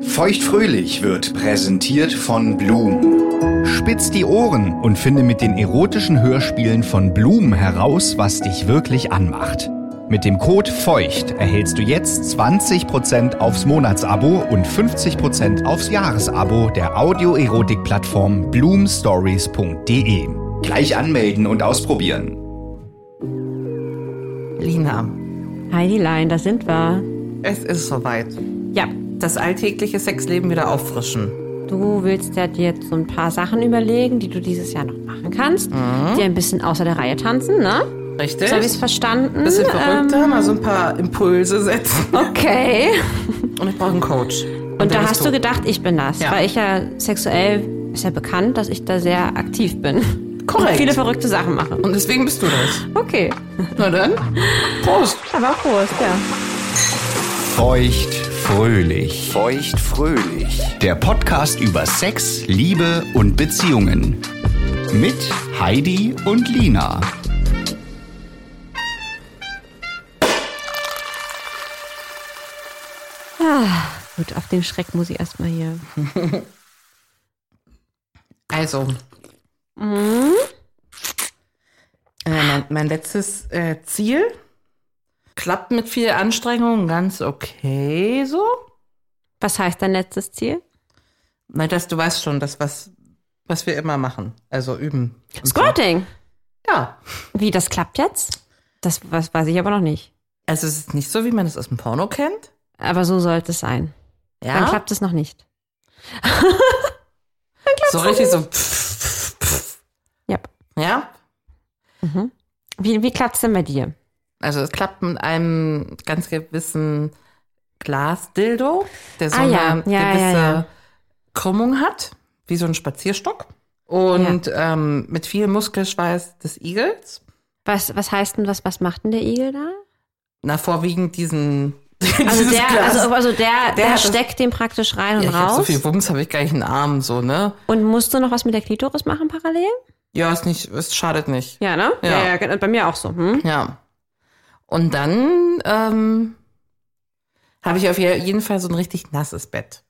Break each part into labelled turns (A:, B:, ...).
A: Feuchtfröhlich wird präsentiert von Blum. Spitz die Ohren und finde mit den erotischen Hörspielen von Blum heraus, was dich wirklich anmacht. Mit dem Code FEUCHT erhältst du jetzt 20% aufs Monatsabo und 50% aufs Jahresabo der Audioerotik-Plattform bloomstories.de. E. Gleich anmelden und ausprobieren.
B: Lina,
C: Heidilein, da sind wir.
B: es ist soweit.
C: Ja,
B: Das alltägliche Sexleben wieder auffrischen.
C: du willst ja dir jetzt so ein paar Sachen überlegen, die du dieses Jahr noch machen kannst.
B: Mhm.
C: Dir ein bisschen außer der Reihe tanzen, ne?
B: Richtig?
C: So habe ich es verstanden. Ähm,
B: Bisschen verrückter, mal so ein paar Impulse setzen.
C: Okay.
B: Und ich brauche einen Coach.
C: Und, da hast du gedacht, ich bin das.
B: Ja.
C: Weil ich ja sexuell ist ja bekannt, dass ich da sehr aktiv bin.
B: Korrekt.
C: Und viele verrückte Sachen mache.
B: Und deswegen bist du das.
C: Okay.
B: Na dann, Prost.
C: Aber Prost, ja.
A: Feuchtfröhlich. Feuchtfröhlich. Der Podcast über Sex, Liebe und Beziehungen. Mit Heidi und Lina.
C: Gut, auf den Schreck muss ich erstmal hier.
B: Also.
C: Mhm.
B: Äh, mein, mein letztes äh, Ziel klappt mit viel Anstrengung ganz okay so.
C: Was heißt dein letztes Ziel?
B: Na, dass du weißt schon, das, was, was wir immer machen. Also üben. Und so.
C: Squirting.
B: Ja.
C: Wie, das klappt jetzt? Das was weiß ich aber noch nicht.
B: Also es ist nicht so, wie man es aus dem Porno kennt.
C: Aber so sollte es sein. Dann klappt es noch nicht.
B: so richtig so. pff, pff, pff.
C: Ja.
B: Ja. Mhm.
C: Wie, wie klappt es denn bei dir?
B: Also es klappt mit einem ganz gewissen Glas-Dildo, der so
C: Ah, ja.
B: eine
C: Ja, ja,
B: gewisse
C: ja.
B: Krümmung hat, wie so ein Spazierstock. Und ähm, mit viel Muskelschweiß des Igels.
C: Was, was heißt denn, was, was macht denn der Igel da?
B: Na, vorwiegend diesen.
C: Also
B: dieses
C: der,
B: Glas.
C: also, also der, der,
B: hat das-
C: steckt den praktisch rein und
B: ja, ich hab
C: raus.
B: so viel Wumms habe ich gleich einen Arm, so, ne?
C: und musst du noch was mit der Klitoris machen parallel?
B: Ja, ist nicht, es schadet nicht.
C: Ja, ne?
B: Ja.
C: ja, genau, bei mir auch so. Hm?
B: Ja. Und dann ähm, habe ich auf je- jeden Fall so ein richtig nasses Bett.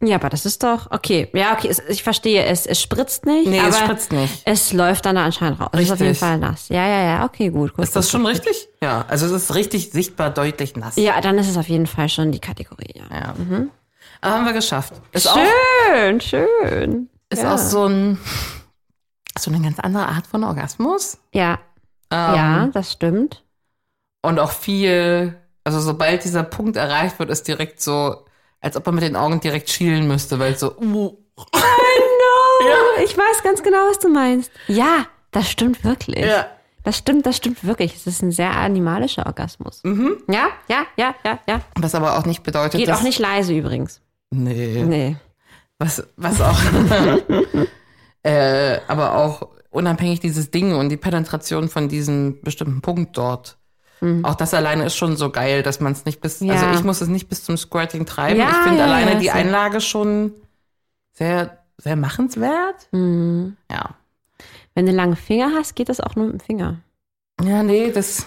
C: Ja, aber das ist doch, okay. Ja, okay, es, ich verstehe. Es, es spritzt nicht,
B: Nee,
C: aber
B: es spritzt nicht.
C: es läuft dann da anscheinend raus. Es ist auf jeden
B: Richtig.
C: Fall nass. Ja, ja, ja, okay, gut. gut
B: Ist das
C: gut,
B: schon
C: gut.
B: richtig? Ja, also es ist richtig sichtbar deutlich nass.
C: Ja, dann ist es auf jeden Fall schon die Kategorie, ja.
B: ja. Aber haben wir geschafft. Ist, auch,
C: Schön, schön.
B: ist
C: ja.
B: auch so ein so eine ganz andere Art von Orgasmus.
C: Ja,
B: Ähm,
C: ja, das stimmt.
B: Und auch viel, also sobald dieser Punkt erreicht wird, ist direkt so, als ob man mit den Augen direkt schielen müsste, weil so, uh,
C: Oh, Ich weiß ganz genau, was du meinst. Ja, das stimmt wirklich.
B: Ja.
C: Das stimmt, das stimmt wirklich. Es ist ein sehr animalischer Orgasmus. Ja, ja, ja, ja, ja.
B: was aber auch nicht bedeutet,
C: Mhm. Geht
B: dass,
C: auch nicht leise übrigens.
B: Nee.
C: Nee.
B: Was, was auch. äh, aber auch unabhängig dieses Ding und die Penetration von diesem bestimmten Punkt dort. Auch das alleine ist schon so geil, dass man es nicht bis,
C: Mhm. Ja.
B: also ich muss es nicht bis zum Squirting treiben.
C: Ja,
B: ich finde
C: ja,
B: alleine
C: ja,
B: die
C: so.
B: Einlage schon sehr, sehr machenswert. Ja.
C: Hm. Wenn du lange Finger hast, geht das auch nur mit dem Finger.
B: Ja, nee, das,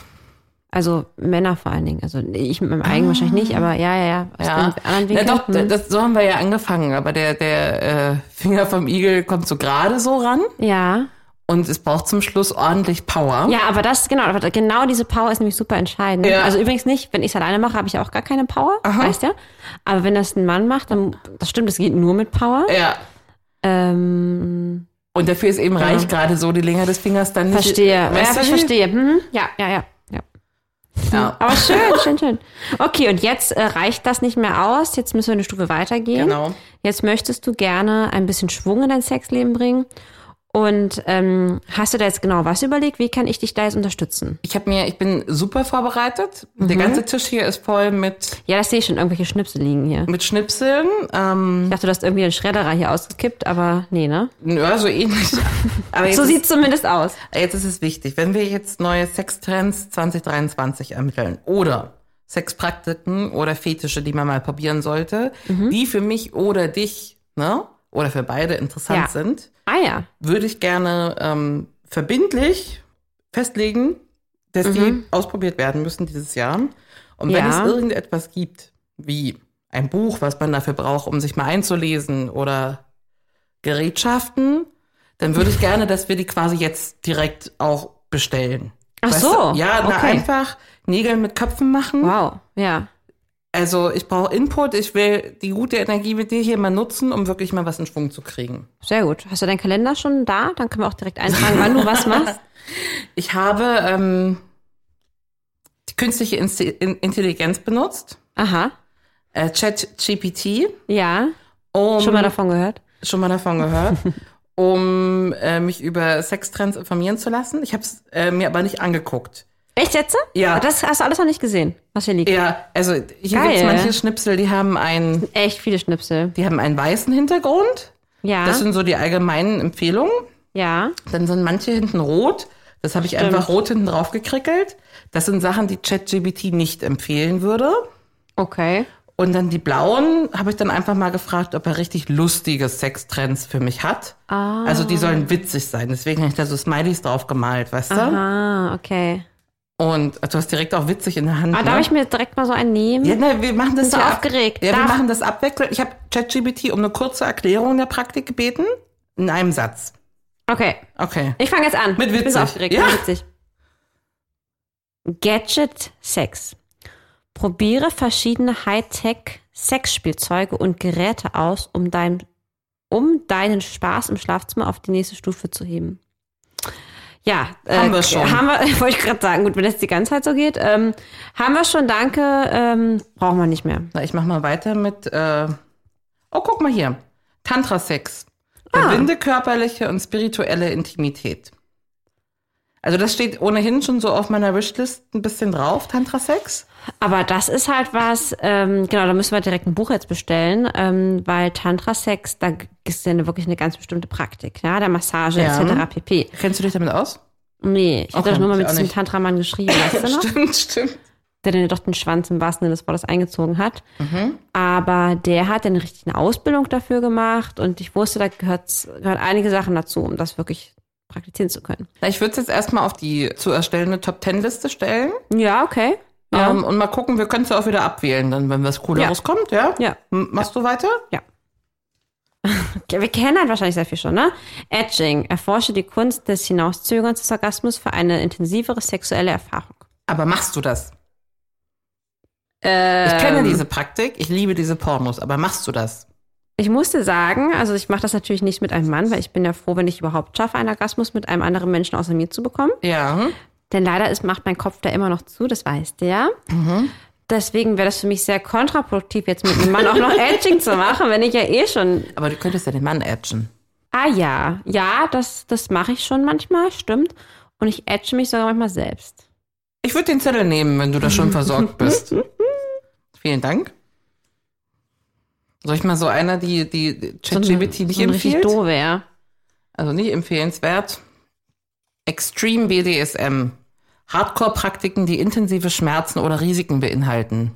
C: Also Männer vor allen Dingen. Also ich mit meinem eigenen wahrscheinlich nicht, aber ja, ja, ja. Aus
B: ja.
C: dem
B: ja
C: anderen Winkel.
B: doch,
C: hm.
B: das, so haben wir ja angefangen, aber der, der äh, Finger vom Igel kommt so gerade so ran
C: ja.
B: und es braucht zum Schluss ordentlich Power.
C: Ja, aber das, genau, aber genau diese Power ist nämlich super entscheidend.
B: Ja.
C: Also übrigens nicht, wenn ich es alleine mache, habe ich ja auch gar keine Power, weißt ja. Aber wenn das ein Mann macht, dann, das stimmt, es geht nur mit Power.
B: ja.
C: Ähm,
B: Und dafür ist eben reicht gerade so die Länge des Fingers dann nicht.
C: verstehe. Ja,
B: Weißt du,
C: ich verstehe. Hm? Ja, ja, ja. ja.
B: Ja.
C: Aber schön, schön, schön. Okay, und jetzt äh, reicht das nicht mehr aus. Jetzt müssen wir eine Stufe weitergehen.
B: Genau.
C: Jetzt möchtest du gerne ein bisschen Schwung in dein Sexleben bringen. Und ähm, hast du da jetzt genau was überlegt? Wie kann ich dich da jetzt unterstützen?
B: Ich habe mir, ich bin super vorbereitet. Der
C: Mhm.
B: ganze Tisch hier ist voll mit,
C: Ja, das sehe ich schon. Irgendwelche Schnipsel liegen hier.
B: mit Schnipseln. Ähm,
C: Ich dachte, du hast irgendwie einen Schredderer hier ausgekippt, aber nee, ne?
B: ja, so ähnlich. Aber jetzt,
C: So
B: ist,
C: sieht zumindest aus.
B: jetzt ist es wichtig, wenn wir jetzt neue Sextrends 2023 ermitteln oder Sexpraktiken oder Fetische, die man mal probieren sollte,
C: Mhm.
B: die für mich oder dich, ne? Oder für beide interessant
C: Ja.
B: sind.
C: Ah ja.
B: würde ich gerne ähm, verbindlich festlegen, dass die ausprobiert werden müssen dieses Jahr. Und wenn
C: Mhm. Ja.
B: es irgendetwas gibt, wie ein Buch, was man dafür braucht, um sich mal einzulesen oder Gerätschaften, dann würde ich gerne, dass wir die quasi jetzt direkt auch bestellen.
C: Ach
B: Weißt
C: so,
B: Du? Ja, na,
C: okay.
B: einfach Nägel mit Köpfen machen.
C: Wow, ja.
B: Also ich brauche Input, ich will die gute Energie mit dir hier mal nutzen, um wirklich mal was in Schwung zu kriegen.
C: Sehr gut. Hast du deinen Kalender schon da? Dann können wir auch direkt eintragen, wann du was machst.
B: Ich habe ähm, die künstliche Inst In Intelligenz benutzt,
C: Aha.
B: äh, ChatGPT.
C: Ja.
B: Um,
C: Schon mal davon gehört?
B: schon mal davon gehört, um äh, mich über Sextrends informieren zu lassen. Ich habe es äh, mir aber nicht angeguckt.
C: Echt jetzt?
B: Ja.
C: Das hast du alles noch nicht gesehen, was hier liegt.
B: Ja, also hier
C: Geil.
B: gibt es manche Schnipsel, die haben einen,
C: Echt viele Schnipsel.
B: die haben einen weißen Hintergrund.
C: Ja.
B: Das sind so die allgemeinen Empfehlungen.
C: ja.
B: Dann sind manche hinten rot. Das habe ich einfach rot hinten drauf gekrickelt. Das sind Sachen, die ChatGBT nicht empfehlen würde.
C: Okay.
B: Und dann die blauen habe ich dann einfach mal gefragt, ob er richtig lustige Sextrends für mich hat.
C: Ah.
B: Also die sollen witzig sein. Deswegen habe ich da so Smileys drauf gemalt, weißt du?
C: Aha, Ah, okay.
B: Und also du hast direkt auch witzig in der Hand.
C: Ah,
B: ne?
C: darf ich mir direkt mal so einen nehmen?
B: ja, ne, wir machen das
C: Bin so
B: ja ab-
C: aufgeregt.
B: Ja, wir
C: Darf-
B: machen das abwechselnd. Ich habe ChatGPT um eine kurze Erklärung der Praktik gebeten. In einem Satz.
C: Okay.
B: Okay.
C: Ich fange jetzt an.
B: Mit
C: Ich bin
B: witzig.
C: so aufgeregt.
B: Ja.
C: Mit witzig. Gadget Sex. Probiere verschiedene Hightech-Sexspielzeuge und Geräte aus, um, dein, um deinen Spaß im Schlafzimmer auf die nächste Stufe zu heben. Ja, äh,
B: Haben wir schon.
C: Haben wir, wollte ich gerade sagen, gut, wenn das die ganze Zeit so geht. Ähm, haben wir schon, danke. Ähm, brauchen wir nicht mehr.
B: Na, ich mache mal weiter mit. Äh oh, guck mal hier. Tantra-Sex.
C: Ah.
B: Verbinde körperliche und spirituelle Intimität. Also das steht ohnehin schon so auf meiner Wishlist ein bisschen drauf, Tantra-Sex.
C: Aber das ist halt was, ähm, genau, da müssen wir direkt ein Buch jetzt bestellen, ähm, weil Tantra-Sex, da ist ja eine, wirklich eine ganz bestimmte Praktik, ja, der Massage
B: Ja.
C: etc. pp.
B: Kennst du dich damit aus?
C: Nee, ich hab
B: Okay,
C: habe nur mal
B: ich
C: mit
B: auch
C: diesem
B: nicht.
C: Tantramann geschrieben, weißt du noch?
B: Stimmt, stimmt.
C: Der dann doch den Schwanz im wahrsten Sinne des Wortes eingezogen hat.
B: Mhm.
C: Aber der hat dann richtig eine Ausbildung dafür gemacht und ich wusste, da gehört's- gehören einige Sachen dazu, um das wirklich praktizieren zu können.
B: Na, ich würde es jetzt erstmal auf die zu erstellende Top-10-Liste stellen.
C: Ja, okay. Ja.
B: Ähm, und mal gucken, wir können es ja auch wieder abwählen, dann, wenn was Cooleres
C: Ja.
B: kommt, ja?
C: ja.
B: M machst du weiter?
C: Ja. Wir kennen halt wahrscheinlich sehr viel schon, ne? Edging. Erforsche die Kunst des Hinauszögerns des Orgasmus für eine intensivere sexuelle Erfahrung.
B: Aber machst du das?
C: Ähm.
B: ich kenne diese Praktik, ich liebe diese Pornos, aber machst du das?
C: Ich musste sagen, also ich mache das natürlich nicht mit einem Mann, weil ich bin ja froh, wenn ich überhaupt schaffe, einen Orgasmus mit einem anderen Menschen außer mir zu bekommen.
B: Ja. hm?
C: Denn leider ist, macht mein Kopf da immer noch zu, das weiß der.
B: Mhm.
C: Deswegen wäre das für mich sehr kontraproduktiv, jetzt mit einem Mann auch noch Edging zu machen, wenn ich ja eh schon
B: Aber du könntest ja den Mann edgen.
C: Ah ja, ja, das, das mache ich schon manchmal, stimmt. Und ich edge mich sogar manchmal selbst.
B: Ich würde den Zettel nehmen, wenn du da schon versorgt bist. Vielen Dank. Soll ich mal so einer, die die
C: So eine-
B: ChatGPT nicht
C: so ein richtig
B: empfiehlt?
C: doof, ja.
B: Also nicht empfehlenswert. Extreme BDSM. Hardcore-Praktiken, die intensive Schmerzen oder Risiken beinhalten.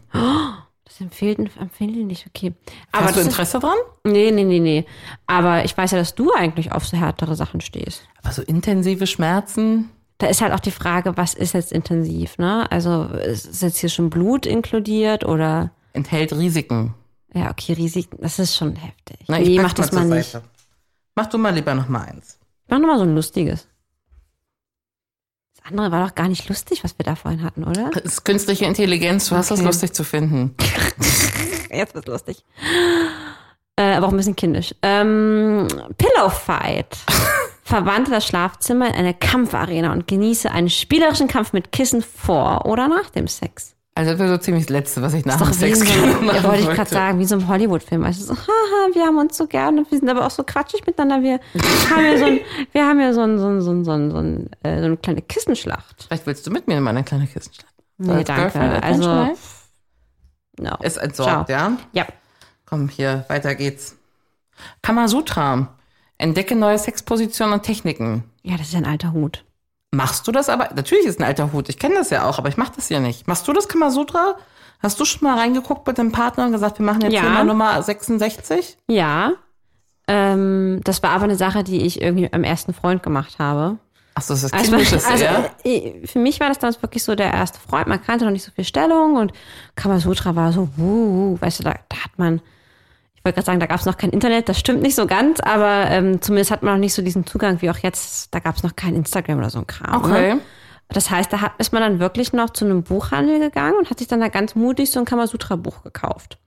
C: Das empfehlen, empfehlen nicht, okay. Aber
B: Hast du
C: das ist,
B: Interesse dran?
C: nee, nee, nee, nee. Aber ich weiß ja, dass du eigentlich auf so härtere Sachen stehst.
B: Aber so intensive Schmerzen.
C: Da ist halt auch die Frage, was ist jetzt intensiv, ne? Also ist ist jetzt hier schon Blut inkludiert oder
B: enthält Risiken.
C: ja, okay, Risiken, das ist schon heftig.
B: Na, ich
C: nee,
B: pack's
C: mach das
B: mal
C: mal
B: zur
C: nicht.
B: Seite. Mach du mal lieber noch mal eins.
C: Mach nochmal so ein lustiges. Das andere war doch gar nicht lustig, was wir da vorhin hatten, oder?
B: Das ist künstliche Intelligenz, du hast das
C: Okay.
B: lustig zu finden.
C: Jetzt wird's lustig. Äh, aber auch ein bisschen kindisch. Ähm, Pillow Fight. Verwandle das Schlafzimmer in eine Kampfarena und genieße einen spielerischen Kampf mit Kissen vor oder nach dem Sex.
B: Also das wäre so ziemlich das Letzte, was ich nach
C: Ist
B: dem
C: doch wie
B: Sex
C: in so,
B: gemacht
C: ja, wollte ich gerade
B: wollte.
C: sagen, wie so ein Hollywood-Film. Also so, haha, wir haben uns so gern und wir sind aber auch so quatschig miteinander. Wir haben ja so, ein, wir haben ja so, ein, so, ein, so, ein, so, ein, so, ein, äh, so eine kleine Kissenschlacht.
B: Vielleicht willst du mit mir in meine kleine Kiste schlagen? So
C: Nee,
B: als Girlfriend,
C: danke.
B: als
C: Also,
B: Menschenleib?
C: no.
B: Ist entsorgt, ja?
C: Ja,
B: Komm, hier, weiter geht's. Kamasutra. Entdecke neue Sexpositionen und Techniken.
C: ja, das ist ja ein alter Hut.
B: Machst du das aber? Natürlich ist ein alter Hut, ich kenne das ja auch, aber ich mache das ja nicht. Machst du das Kamasutra? Hast du schon mal reingeguckt mit deinem Partner und gesagt, wir machen jetzt
C: Ja.
B: Thema Nummer 66?
C: Ja. Ähm, das war aber eine Sache, die ich irgendwie mit meinem ersten Freund gemacht habe.
B: Achso, das ist
C: Also,
B: kindisches
C: also
B: eher.
C: äh, für mich war das damals wirklich so der erste Freund. Man kannte noch nicht so viel Stellung und Kamasutra war so, wuh, wuh, weißt du, da, da hat man, ich wollte gerade sagen, da gab es noch kein Internet, das stimmt nicht so ganz, aber ähm, zumindest hat man noch nicht so diesen Zugang wie auch jetzt, da gab es noch kein Instagram oder so ein Kram.
B: Okay.
C: Ne? Das heißt, da hat, ist man dann wirklich noch zu einem Buchhandel gegangen und hat sich dann da ganz mutig so ein Kamasutra-Buch gekauft.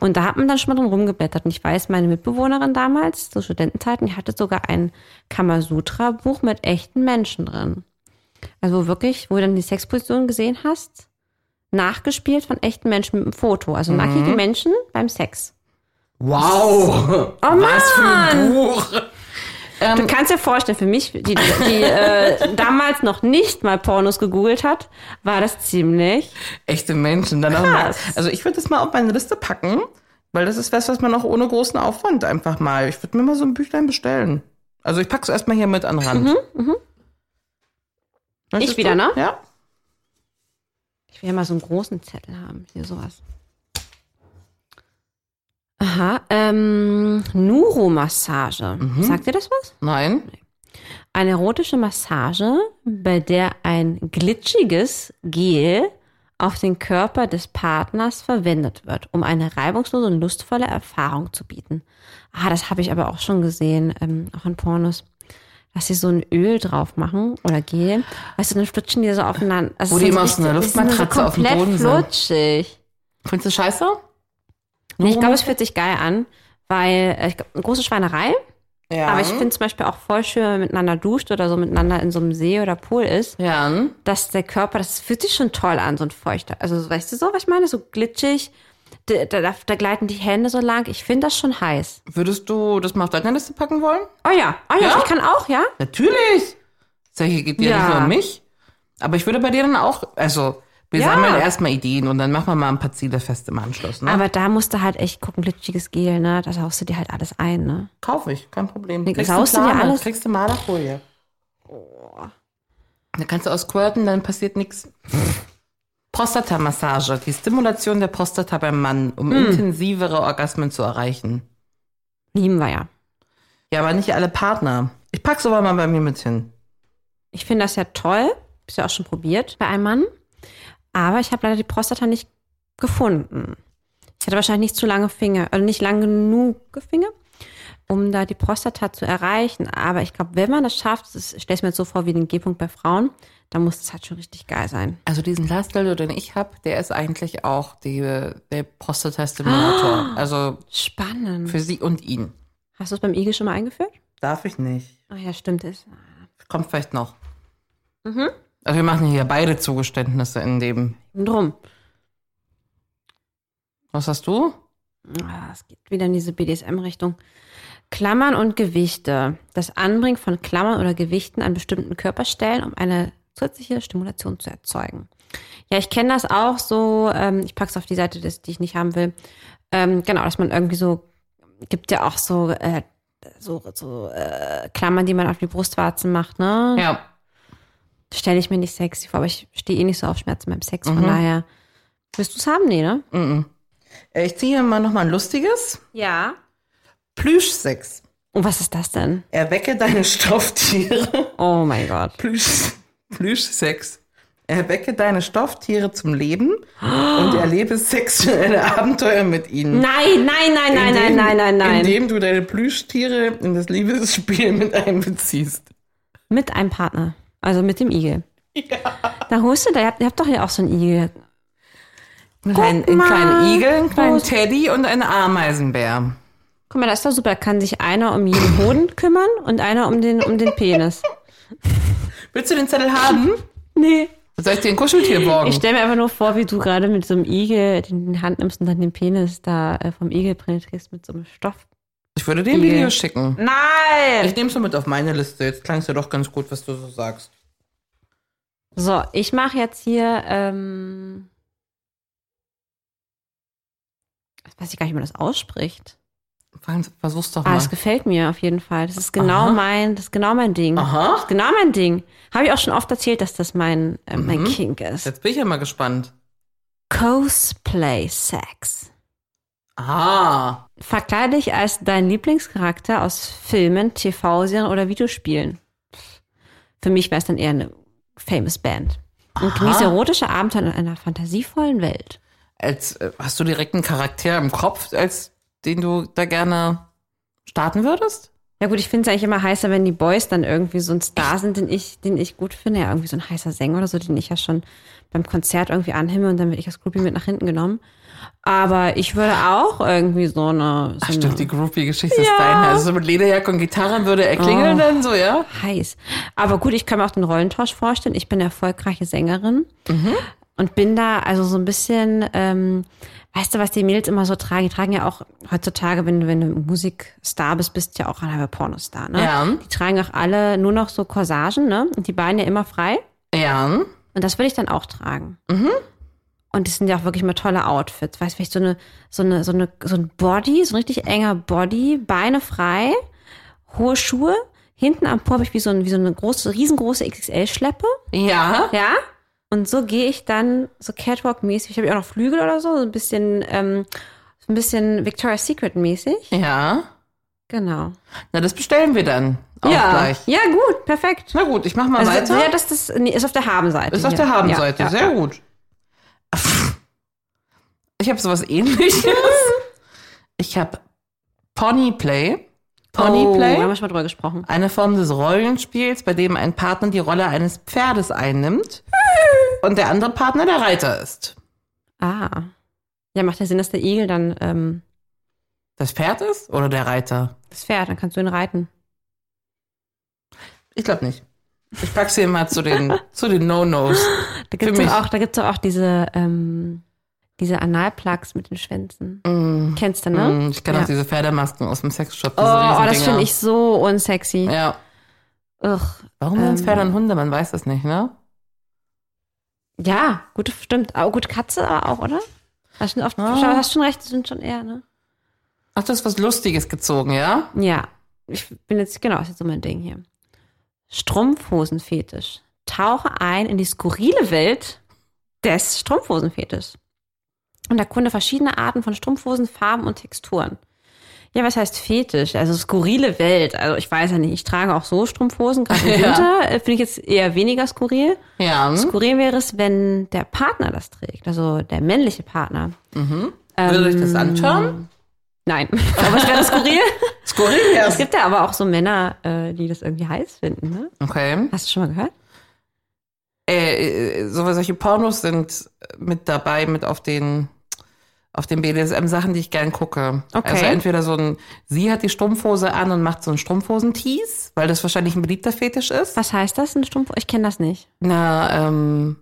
C: Und da hat man dann schon mal drin rumgeblättert. Und ich weiß, meine Mitbewohnerin damals, zu Studentenzeiten, die hatte sogar ein Kamasutra-Buch mit echten Menschen drin. Also wo wirklich, wo du dann die Sexposition gesehen hast, nachgespielt von echten Menschen mit einem Foto. Also
B: Mhm.
C: nackige Menschen beim Sex.
B: Wow. Oh Mann. Was für ein Buch.
C: Du kannst dir vorstellen, für mich, die, die äh, damals noch nicht mal Pornos gegoogelt hat, war das ziemlich
B: Echte Menschen. Dann auch mal,
C: Krass.
B: also ich würde das mal auf meine Liste packen, weil das ist was, was man auch ohne großen Aufwand einfach mal. Ich würde mir mal so ein Büchlein bestellen. Also ich pack's erstmal hier mit an den Rand. Möchtest
C: Mhm, Ich wieder,
B: du?
C: ne?
B: Ja.
C: Ich will ja mal so einen großen Zettel haben. Hier sowas. Aha. Ähm, Nuro-Massage. Sagt dir das was?
B: Nein.
C: Eine erotische Massage, bei der ein glitschiges Gel auf den Körper des Partners verwendet wird, um eine reibungslose und lustvolle Erfahrung zu bieten. Ah, das habe ich aber auch schon gesehen, ähm, auch in Pornos. Dass sie so ein Öl drauf machen oder Gel. Weißt du, dann flutschen die so aufeinander. Also
B: Wo
C: es
B: die
C: sind
B: immer auf so einer
C: richtig- es sind
B: Luftmatratze auf dem
C: komplett
B: Boden sind.
C: flutschig.
B: Findest du scheiße?
C: Nee,
B: Oh.
C: ich glaube, es fühlt sich geil an, weil äh, ich glaub, eine große Schweinerei.
B: Ja.
C: Aber ich finde zum Beispiel auch voll schön, wenn man miteinander duscht oder so miteinander in so einem See oder Pool ist,
B: Ja.
C: dass der Körper, das fühlt sich schon toll an, so ein feuchter. Also so, weißt du so, was ich meine? So glitschig, da, da, da gleiten die Hände so lang. Ich finde das schon heiß.
B: Würdest du das mal auf deine Liste packen wollen?
C: Oh ja, oh ja,
B: Ja?
C: ich kann auch, ja?
B: Natürlich. Solche geht ja,
C: Ja.
B: nicht nur um mich. Aber ich würde bei dir dann auch, also wir
C: Ja.
B: sammeln erstmal Ideen und dann machen wir mal ein paar Ziele fest im Anschluss. Ne?
C: Aber da musst du halt echt gucken, glitschiges Gel, ne? Da haust du dir halt alles ein, ne?
B: Kauf ich, kein Problem.
C: Nee,
B: eine
C: saust du dir
B: Plane,
C: alles?
B: Kriegst du Malerfolie. Oh. Dann kannst du auch squirten, dann passiert nichts. Prostatamassage, die Stimulation der Prostata beim Mann, um intensivere Orgasmen zu erreichen.
C: Lieben wir ja.
B: Ja, aber nicht alle Partner. Ich pack's aber mal bei mir mit hin.
C: Ich finde das ja toll. Bist ja auch schon probiert bei einem Mann. Aber ich habe leider die Prostata nicht gefunden. Ich hatte wahrscheinlich nicht zu lange Finger, also nicht lang genug Finger, um da die Prostata zu erreichen. Aber ich glaube, wenn man das schafft, das ist- stell ich mir jetzt so vor wie den G-Punkt bei Frauen, dann muss es halt schon richtig geil sein.
B: Also diesen Glasdildo, den ich hab, der ist eigentlich auch die, der Prostatastimulator. Also
C: Spannend.
B: für sie und ihn.
C: Hast du es beim IG schon mal eingeführt?
B: Darf ich nicht.
C: Ach Ah ja, stimmt es.
B: Kommt vielleicht noch.
C: Mhm.
B: Also wir machen hier beide Zugeständnisse in dem.
C: Drum.
B: Was hast du?
C: Ah, Es geht wieder in diese BDSM-Richtung. Klammern und Gewichte. Das Anbringen von Klammern oder Gewichten an bestimmten Körperstellen, um eine zusätzliche Stimulation zu erzeugen. Ja, ich kenne das auch so. Ähm, ich packe es auf die Seite, des, die ich nicht haben will. Ähm, genau, dass man irgendwie so, gibt ja auch so, äh, so, so äh, Klammern, die man auf die Brustwarzen macht, ne?
B: Ja.
C: Stelle ich mir nicht sexy vor, aber ich stehe eh nicht so auf Schmerzen beim Sex. Von
B: Mhm.
C: daher, willst du es haben? Nee, ne?
B: Mhm. Äh, Ich ziehe hier mal nochmal ein lustiges.
C: Ja.
B: Plüschsex.
C: Und was ist das denn?
B: Erwecke deine Stofftiere.
C: Oh mein Gott.
B: Plüsch. Plüschsex. Erwecke deine Stofftiere zum Leben und erlebe sexuelle Abenteuer mit ihnen.
C: Nein, nein, nein, nein, nein,
B: Indem-
C: nein, nein, nein.
B: Indem du deine Plüschtiere in das Liebesspiel mit einbeziehst.
C: Mit einem Partner. Also mit dem Igel. Ja. Da holst du, da ihr habt, ihr habt doch hier auch so einen Igel.
B: Ein, einen
C: mal.
B: kleinen Igel, einen kleinen
C: Prost.
B: Teddy und einen Ameisenbär.
C: Guck mal, das ist doch super. Da kann sich einer um jeden Hoden kümmern und einer um den, um den Penis.
B: Willst du den Zettel haben?
C: Nee.
B: Soll ich dir ein Kuscheltier borgen?
C: Ich stelle mir einfach nur vor, wie du gerade mit so einem Igel den in die Hand nimmst und dann den Penis da äh, vom Igel penetrierst mit so einem Stoff.
B: Ich würde dir ein
C: Igel.
B: Video schicken.
C: Nein!
B: Ich nehme es mit auf meine Liste. Jetzt klang es ja doch ganz gut, was du so sagst.
C: So, ich mache jetzt hier, ähm, ich weiß ich gar nicht, wie man das ausspricht.
B: Franz, Versuch's doch
C: Ah,
B: mal.
C: das gefällt mir auf jeden Fall. Das ist genau
B: Aha.
C: mein, das ist genau mein Ding. Das
B: Aha.
C: ist genau mein Ding. Habe ich auch schon oft erzählt, dass das mein, äh, mein
B: Mhm.
C: Kink ist.
B: Jetzt bin ich ja mal gespannt.
C: Cosplay Sex.
B: Ah.
C: Verkleide dich als dein Lieblingscharakter aus Filmen, TV-Serien oder Videospielen. Für mich wäre es dann eher eine famous Band. Und genieße erotische Abenteuer in einer fantasievollen Welt.
B: Als, äh, hast du direkt einen Charakter im Kopf, als den du da gerne starten würdest?
C: Ja gut, ich finde es eigentlich immer heißer, wenn die Boys dann irgendwie so ein Star sind, den ich, den ich gut finde. Ja, irgendwie so ein heißer Sänger oder so, den ich ja schon beim Konzert irgendwie anhimmel und dann werde ich als Groupie mit nach hinten genommen. Aber ich würde auch irgendwie so eine, so
B: Ach,
C: eine
B: stimmt, die Groupie-Geschichte ist deine. Also so mit Lederjacke und Gitarren würde er klingeln
C: Oh.
B: dann so, ja?
C: heiß. Aber gut, ich kann mir auch den Rollentausch vorstellen. Ich bin erfolgreiche Sängerin
B: Mhm.
C: und bin da also so ein bisschen, ähm, weißt du, was die Mädels immer so tragen? Die tragen ja auch heutzutage, wenn, du- wenn du Musikstar bist, bist du ja auch ein halber Pornostar. Ne?
B: Ja.
C: Die tragen auch alle nur noch so Corsagen, ne? Und die Beine ja immer frei.
B: Ja.
C: Und das würde ich dann auch tragen.
B: Mhm.
C: Und das sind ja auch wirklich mal tolle Outfits. Weißt du, vielleicht so eine, so eine, so eine, so ein Body, so ein richtig enger Body, Beine frei, hohe Schuhe, hinten am Po habe ich wie so, ein, wie so eine große, riesengroße XXL-Schleppe.
B: Ja.
C: Ja. Und so gehe ich dann so Catwalk-mäßig. Ich habe ja auch noch Flügel oder so, so ein bisschen, ähm, so ein bisschen Victoria's Secret-mäßig.
B: Ja.
C: Genau.
B: Na, das bestellen wir dann auch
C: ja.
B: gleich.
C: Ja, gut, perfekt.
B: Na gut, ich mach mal
C: Also,
B: weiter.
C: ja, das, das nee, ist auf der Habenseite.
B: ist auf
C: hier.
B: der Habenseite.
C: Ja, ja.
B: Sehr gut. Ich habe sowas ähnliches. Ich habe Ponyplay.
C: Oh, da
B: Ponyplay.
C: haben wir schon mal drüber gesprochen.
B: Eine Form des Rollenspiels, bei dem ein Partner die Rolle eines Pferdes einnimmt und der andere Partner der Reiter ist.
C: Ah. Ja, macht ja Sinn, dass der Igel dann ähm,
B: Das Pferd ist oder der Reiter?
C: das Pferd, dann kannst du ihn reiten.
B: Ich glaube nicht. Ich pack's hier mal zu den, zu den No-Nos.
C: Da gibt's
B: Für
C: doch
B: mich.
C: auch, da gibt's doch auch diese, ähm, diese Analplugs mit den Schwänzen. Kennst du, ne?
B: Mm, Ich kenne
C: Ja.
B: auch diese Pferdemasken aus dem Sexshop.
C: Oh,
B: diese
C: oh, das
B: Riesendinger.
C: finde ich so unsexy.
B: Ja.
C: Ugh.
B: Warum sind
C: Ähm.
B: Pferde und Hunde? Man weiß das nicht, ne?
C: Ja, gut, stimmt. Aber gut, Katze aber auch, oder? Hast schon, oft,
B: Ah.
C: hast schon recht, sind schon eher, ne?
B: Ach, das ist was Lustiges gezogen, ja?
C: Ja. Ich bin jetzt, genau, ist jetzt so mein Ding hier. Strumpfhosenfetisch. Tauche ein in die skurrile Welt des Strumpfhosenfetisch. Und erkunde verschiedene Arten von Strumpfhosen, Farben und Texturen. Ja, was heißt Fetisch? Also skurrile Welt. Also ich weiß ja nicht, ich trage auch so Strumpfhosen, gerade im
B: Ja. Hm?
C: Winter, äh, finde ich jetzt eher weniger skurril.
B: Ja.
C: Skurril wäre es, wenn der Partner das trägt, also der männliche Partner.
B: Mhm. Würde ich das
C: Ähm.
B: anschauen?
C: Nein, aber es wäre skurril.
B: Skurril, ja.
C: Es gibt ja aber auch so Männer, äh, die das irgendwie heiß finden, ne?
B: Okay.
C: Hast du schon mal gehört?
B: Äh, äh, so, solche Pornos sind mit dabei, mit auf den, auf den BDSM-Sachen, die ich gern gucke.
C: Okay.
B: Also entweder so ein, sie hat die Strumpfhose an und macht so einen Strumpfhosen-Tease, weil das wahrscheinlich ein beliebter Fetisch ist.
C: Was heißt das? Ein Strumpf? Ich kenne das nicht.
B: Na, ähm,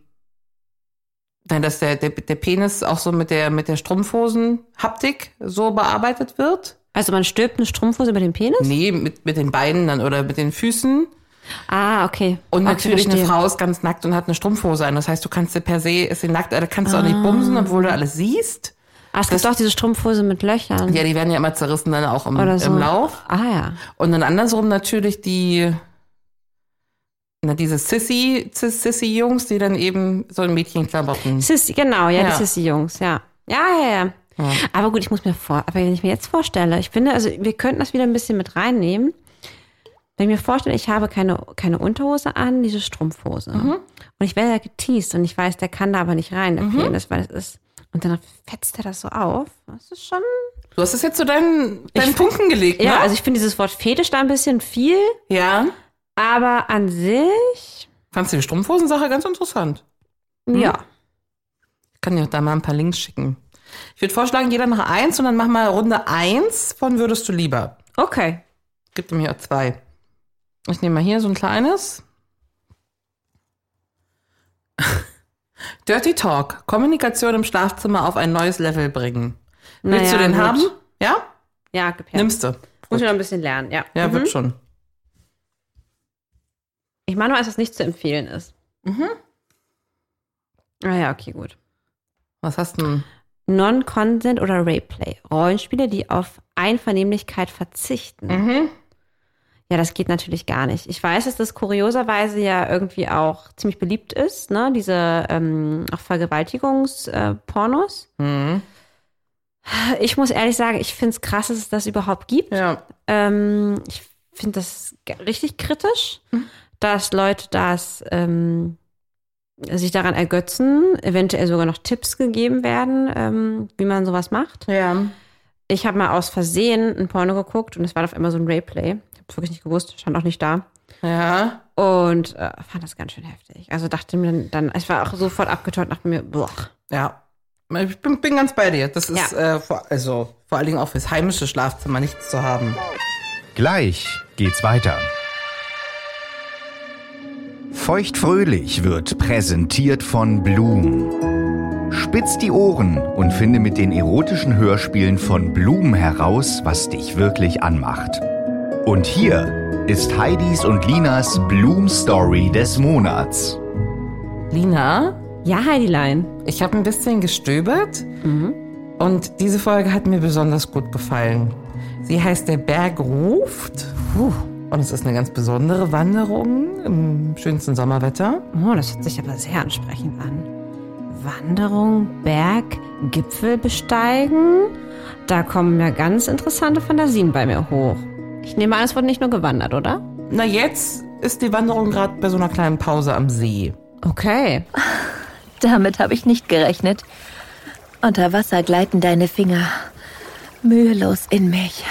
B: nein, dass der, der, der Penis auch so mit der, mit der Strumpfhosen-Haptik so bearbeitet wird.
C: Also man stülpt eine Strumpfhose über den Penis?
B: Nee, mit, mit den Beinen dann oder mit den Füßen.
C: Ah, okay.
B: Und
C: okay,
B: natürlich eine
C: verstehe.
B: Frau ist ganz nackt und hat eine Strumpfhose an. Das heißt, du kannst dir per se, ist sie nackt, da kannst du auch nicht bumsen, obwohl du alles siehst.
C: Ah, es gibt auch diese Strumpfhose mit Löchern.
B: Ja, die werden ja immer zerrissen dann auch im,
C: Oder so.
B: im Lauf.
C: Ah ja.
B: Und dann andersrum natürlich die, na, diese Sissy, Sis- Sissy-Jungs, die dann eben so in Mädchenklamotten.
C: Sissi, genau, ja,
B: Ja.
C: die Sissi-Jungs, ja. Ja, ja, ja. Aber gut, ich muss mir vor, aber wenn ich mir jetzt vorstelle, ich finde, also wir könnten das wieder ein bisschen mit reinnehmen. Wenn ich mir vorstelle, ich habe keine, keine Unterhose an, diese Strumpfhose.
B: Mhm.
C: Und ich werde da geteased und ich weiß, der kann da aber nicht rein,
B: Mhm.
C: der Penis, weil das ist. Und dann fetzt er das so auf. Das ist schon.
B: Du hast es jetzt zu deinen, deinen Punkten gelegt,
C: Ja,
B: ne?
C: also ich finde dieses Wort Fetisch da ein bisschen viel,
B: ja.
C: aber an sich,
B: Fandst du die Strumpfhosensache ganz interessant? Mhm.
C: ja.
B: Ich kann dir da mal ein paar Links schicken. Ich würde vorschlagen, jeder noch eins und dann mach mal Runde eins von Würdest du lieber.
C: Okay.
B: Gibt mir auch zwei. Ich nehme mal hier so ein kleines. Dirty Talk. Kommunikation im Schlafzimmer auf ein neues Level bringen. Willst
C: Naja,
B: du den
C: gut.
B: haben? Ja? Mhm.
C: Ja, gib her.
B: Nimmst du.
C: Muss ich noch ein bisschen lernen, ja. Mhm.
B: Ja, wird schon.
C: Ich meine nur, als das nicht zu empfehlen ist. Mhm. Ah ja, okay, gut.
B: Was hast du denn?
C: Non-Consent oder Rayplay. Rollenspiele, die auf Einvernehmlichkeit verzichten.
B: Mhm.
C: Ja, das geht natürlich gar nicht. Ich weiß, dass das kurioserweise ja irgendwie auch ziemlich beliebt ist, ne? Diese ähm, auch äh, Vergewaltigungs-Pornos.
B: Mhm.
C: Ich muss ehrlich sagen, ich finde es krass, dass es das überhaupt gibt.
B: Ja.
C: Ähm, ich finde das g- richtig kritisch. dass Leute das ähm, sich daran ergötzen, eventuell sogar noch Tipps gegeben werden, ähm, wie man sowas macht.
B: Ja.
C: Ich habe mal aus Versehen ein Porno geguckt und es war auf einmal so ein Rayplay. Ich habe es wirklich nicht gewusst, stand auch nicht da.
B: Ja.
C: Und äh, fand das ganz schön heftig. Also dachte mir dann, dann ich war auch sofort abgetäuscht, dachte mir, boah.
B: Ja. Ich bin, bin ganz bei dir. Das ist
C: Ja.
B: äh, vor, also vor allen Dingen auch fürs heimische Schlafzimmer nichts zu haben.
A: Gleich geht's weiter. Feuchtfröhlich wird präsentiert von Bloom. Spitz die Ohren und finde mit den erotischen Hörspielen von Bloom heraus, was dich wirklich anmacht. Und hier ist Heidis und Linas Bloom Story des Monats.
B: Lina,
C: Ja, Heidilein.
B: ich habe ein bisschen gestöbert und diese Folge hat mir besonders gut gefallen. Sie heißt Der Berg ruft und es ist eine ganz besondere Wanderung im schönsten Sommerwetter.
C: Oh, das hört sich aber sehr ansprechend an. Wanderung, Berg, Gipfel besteigen. Da kommen ja ganz interessante Fantasien bei mir hoch. Ich nehme an, es wurde nicht nur gewandert, oder?
B: Na, jetzt ist die Wanderung gerade bei so einer kleinen Pause am See.
C: Okay.
D: Damit habe ich nicht gerechnet. Unter Wasser gleiten deine Finger mühelos in mich.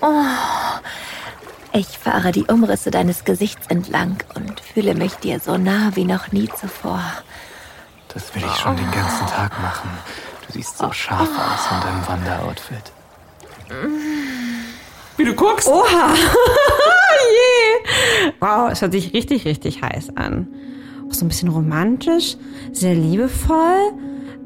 D: Oh, ich fahre die Umrisse deines Gesichts entlang und fühle mich dir so nah wie noch nie zuvor.
E: Das will ich schon den ganzen Tag machen. Du siehst so scharf aus in deinem Wanderoutfit.
B: Wie du guckst?
C: Wow, es hört sich richtig, richtig heiß an. Auch so ein bisschen romantisch, sehr liebevoll,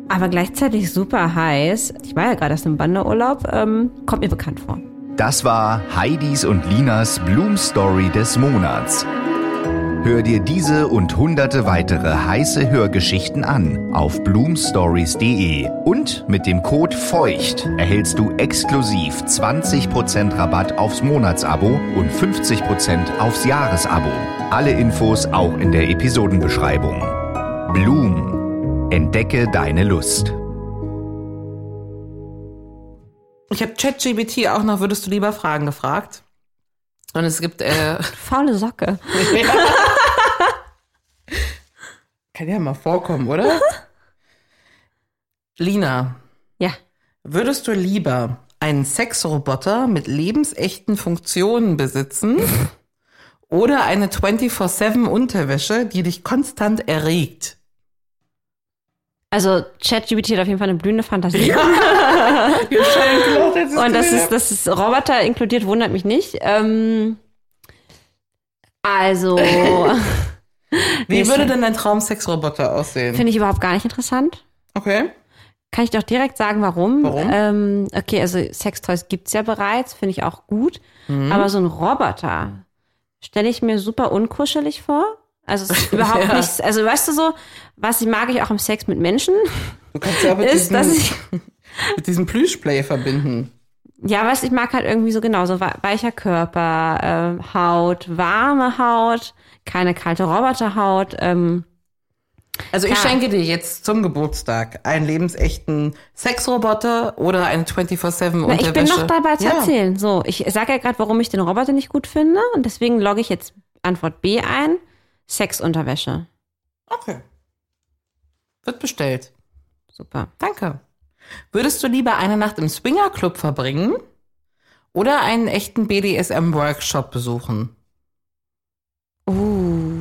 C: aber gleichzeitig super heiß. Ich war ja gerade erst im Wanderurlaub, ähm, kommt mir bekannt vor.
A: Das war Heidis und Linas Bloom Story des Monats. Hör dir diese und hunderte weitere heiße Hörgeschichten an auf bloomstories.de und mit dem Code FEUCHT erhältst du exklusiv 20% Rabatt aufs Monatsabo und 50% aufs Jahresabo. Alle Infos auch in der Episodenbeschreibung. Bloom. Entdecke deine Lust.
B: Ich habe ChatGBT auch noch, würdest du lieber Fragen gefragt? Und es gibt, äh,
C: Faule Socke.
B: kann ja mal vorkommen, oder? Lina,
C: Ja.
B: würdest du lieber einen Sexroboter mit lebensechten Funktionen besitzen oder eine 24-7 Unterwäsche, die dich konstant erregt?
C: Also ChatGPT hat auf jeden Fall eine blühende Fantasie. Und das ist, das ist Roboter inkludiert, wundert mich nicht. Ähm, also, finde
B: Wie würde denn dein Traum-Sexroboter aussehen?
C: ich überhaupt gar nicht interessant.
B: Okay.
C: Kann ich doch direkt sagen, warum?
B: Warum?
C: Ähm, okay, also Sextoys gibt's ja bereits, finde ich auch gut.
B: Mhm.
C: Aber so ein Roboter stelle ich mir super unkuschelig vor. Also es ist überhaupt
B: Ja.
C: nichts. Also weißt du so, was ich mag ich auch im Sex mit Menschen,
B: Du kannst ja mit,
C: ist,
B: diesem,
C: dass ich
B: mit diesem Plüschplay verbinden.
C: Ja, weißt, ich mag halt irgendwie so genau, so we- weicher Körper, ähm, Haut, warme Haut, keine kalte Roboterhaut. Ähm,
B: Also ich
C: Klar.
B: schenke dir jetzt zum Geburtstag einen lebensechten Sexroboter oder eine 24-7
C: na,
B: Unterwäsche.
C: ich bin noch dabei zu
B: ja.
C: erzählen. So, ich sage ja gerade, warum ich den Roboter nicht gut finde und deswegen logge ich jetzt Antwort B ein, Sexunterwäsche.
B: Okay. Wird bestellt.
C: Super.
B: Danke. Würdest du lieber eine Nacht im Swingerclub verbringen oder einen echten BDSM-Workshop besuchen?
C: Uh.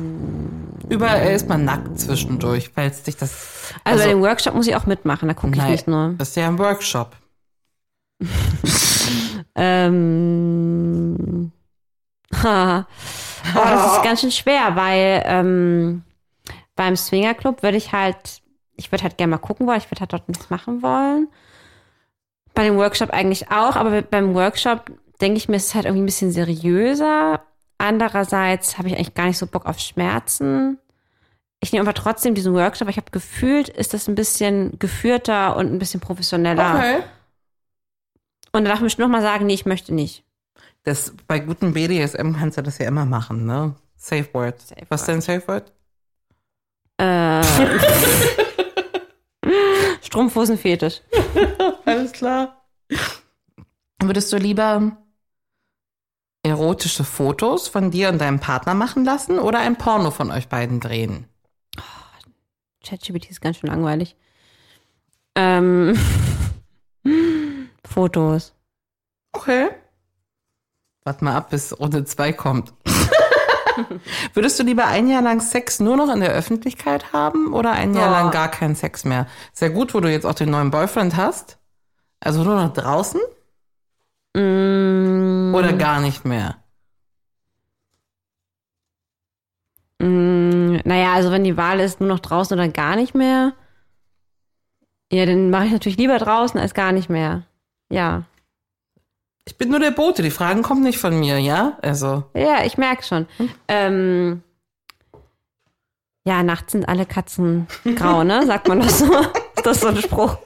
B: Überall äh, ist man nackt zwischendurch, falls dich das...
C: Also, bei dem Workshop muss ich auch mitmachen, da gucke ich
B: nein,
C: nicht ne? nur.
B: das ist ja ein Workshop.
C: Ähm, haha. oh, das ist ganz schön schwer, weil ähm, beim Swingerclub würde ich halt, ich würde halt gerne mal gucken wollen, ich würde halt dort nichts machen wollen. Bei dem Workshop eigentlich auch, aber beim Workshop denke ich mir, es ist halt irgendwie ein bisschen seriöser. Andererseits habe ich eigentlich gar nicht so Bock auf Schmerzen. Ich nehme aber trotzdem diesen Workshop, aber ich habe gefühlt, ist das ein bisschen geführter und ein bisschen professioneller. Und danach möchte ich nochmal sagen, nee, ich möchte nicht.
B: Das, bei gutem BDSM kannst du das ja immer machen, ne? Safe Word.
C: Safe
B: Was ist dein Safe Word?
C: Äh, Strumpfhosenfetisch.
B: Alles klar. Würdest du lieber erotische Fotos von dir und deinem Partner machen lassen oder ein Porno von euch beiden drehen?
C: ChatGPT ist ganz schön langweilig. Ähm, Fotos.
B: Okay. Warte mal ab, bis Runde 2 kommt. Würdest du lieber ein Jahr lang Sex nur noch in der Öffentlichkeit haben oder ein Jahr
C: Ja.
B: lang gar keinen Sex mehr? Sehr gut, wo du jetzt auch den neuen Boyfriend hast. Also nur noch draußen
C: Mm,
B: oder gar nicht mehr?
C: mm, naja, also wenn die Wahl ist, nur noch draußen oder gar nicht mehr, ja, dann mache ich natürlich lieber draußen als gar nicht mehr. Ja.
B: Ich bin nur der Bote, die Fragen kommen nicht von mir, ja? Also,
C: Ja, ich merke schon.
B: Hm?
C: Ähm, ja, nachts sind alle Katzen grau, ne? Sagt man das so? Ist das so ein Spruch?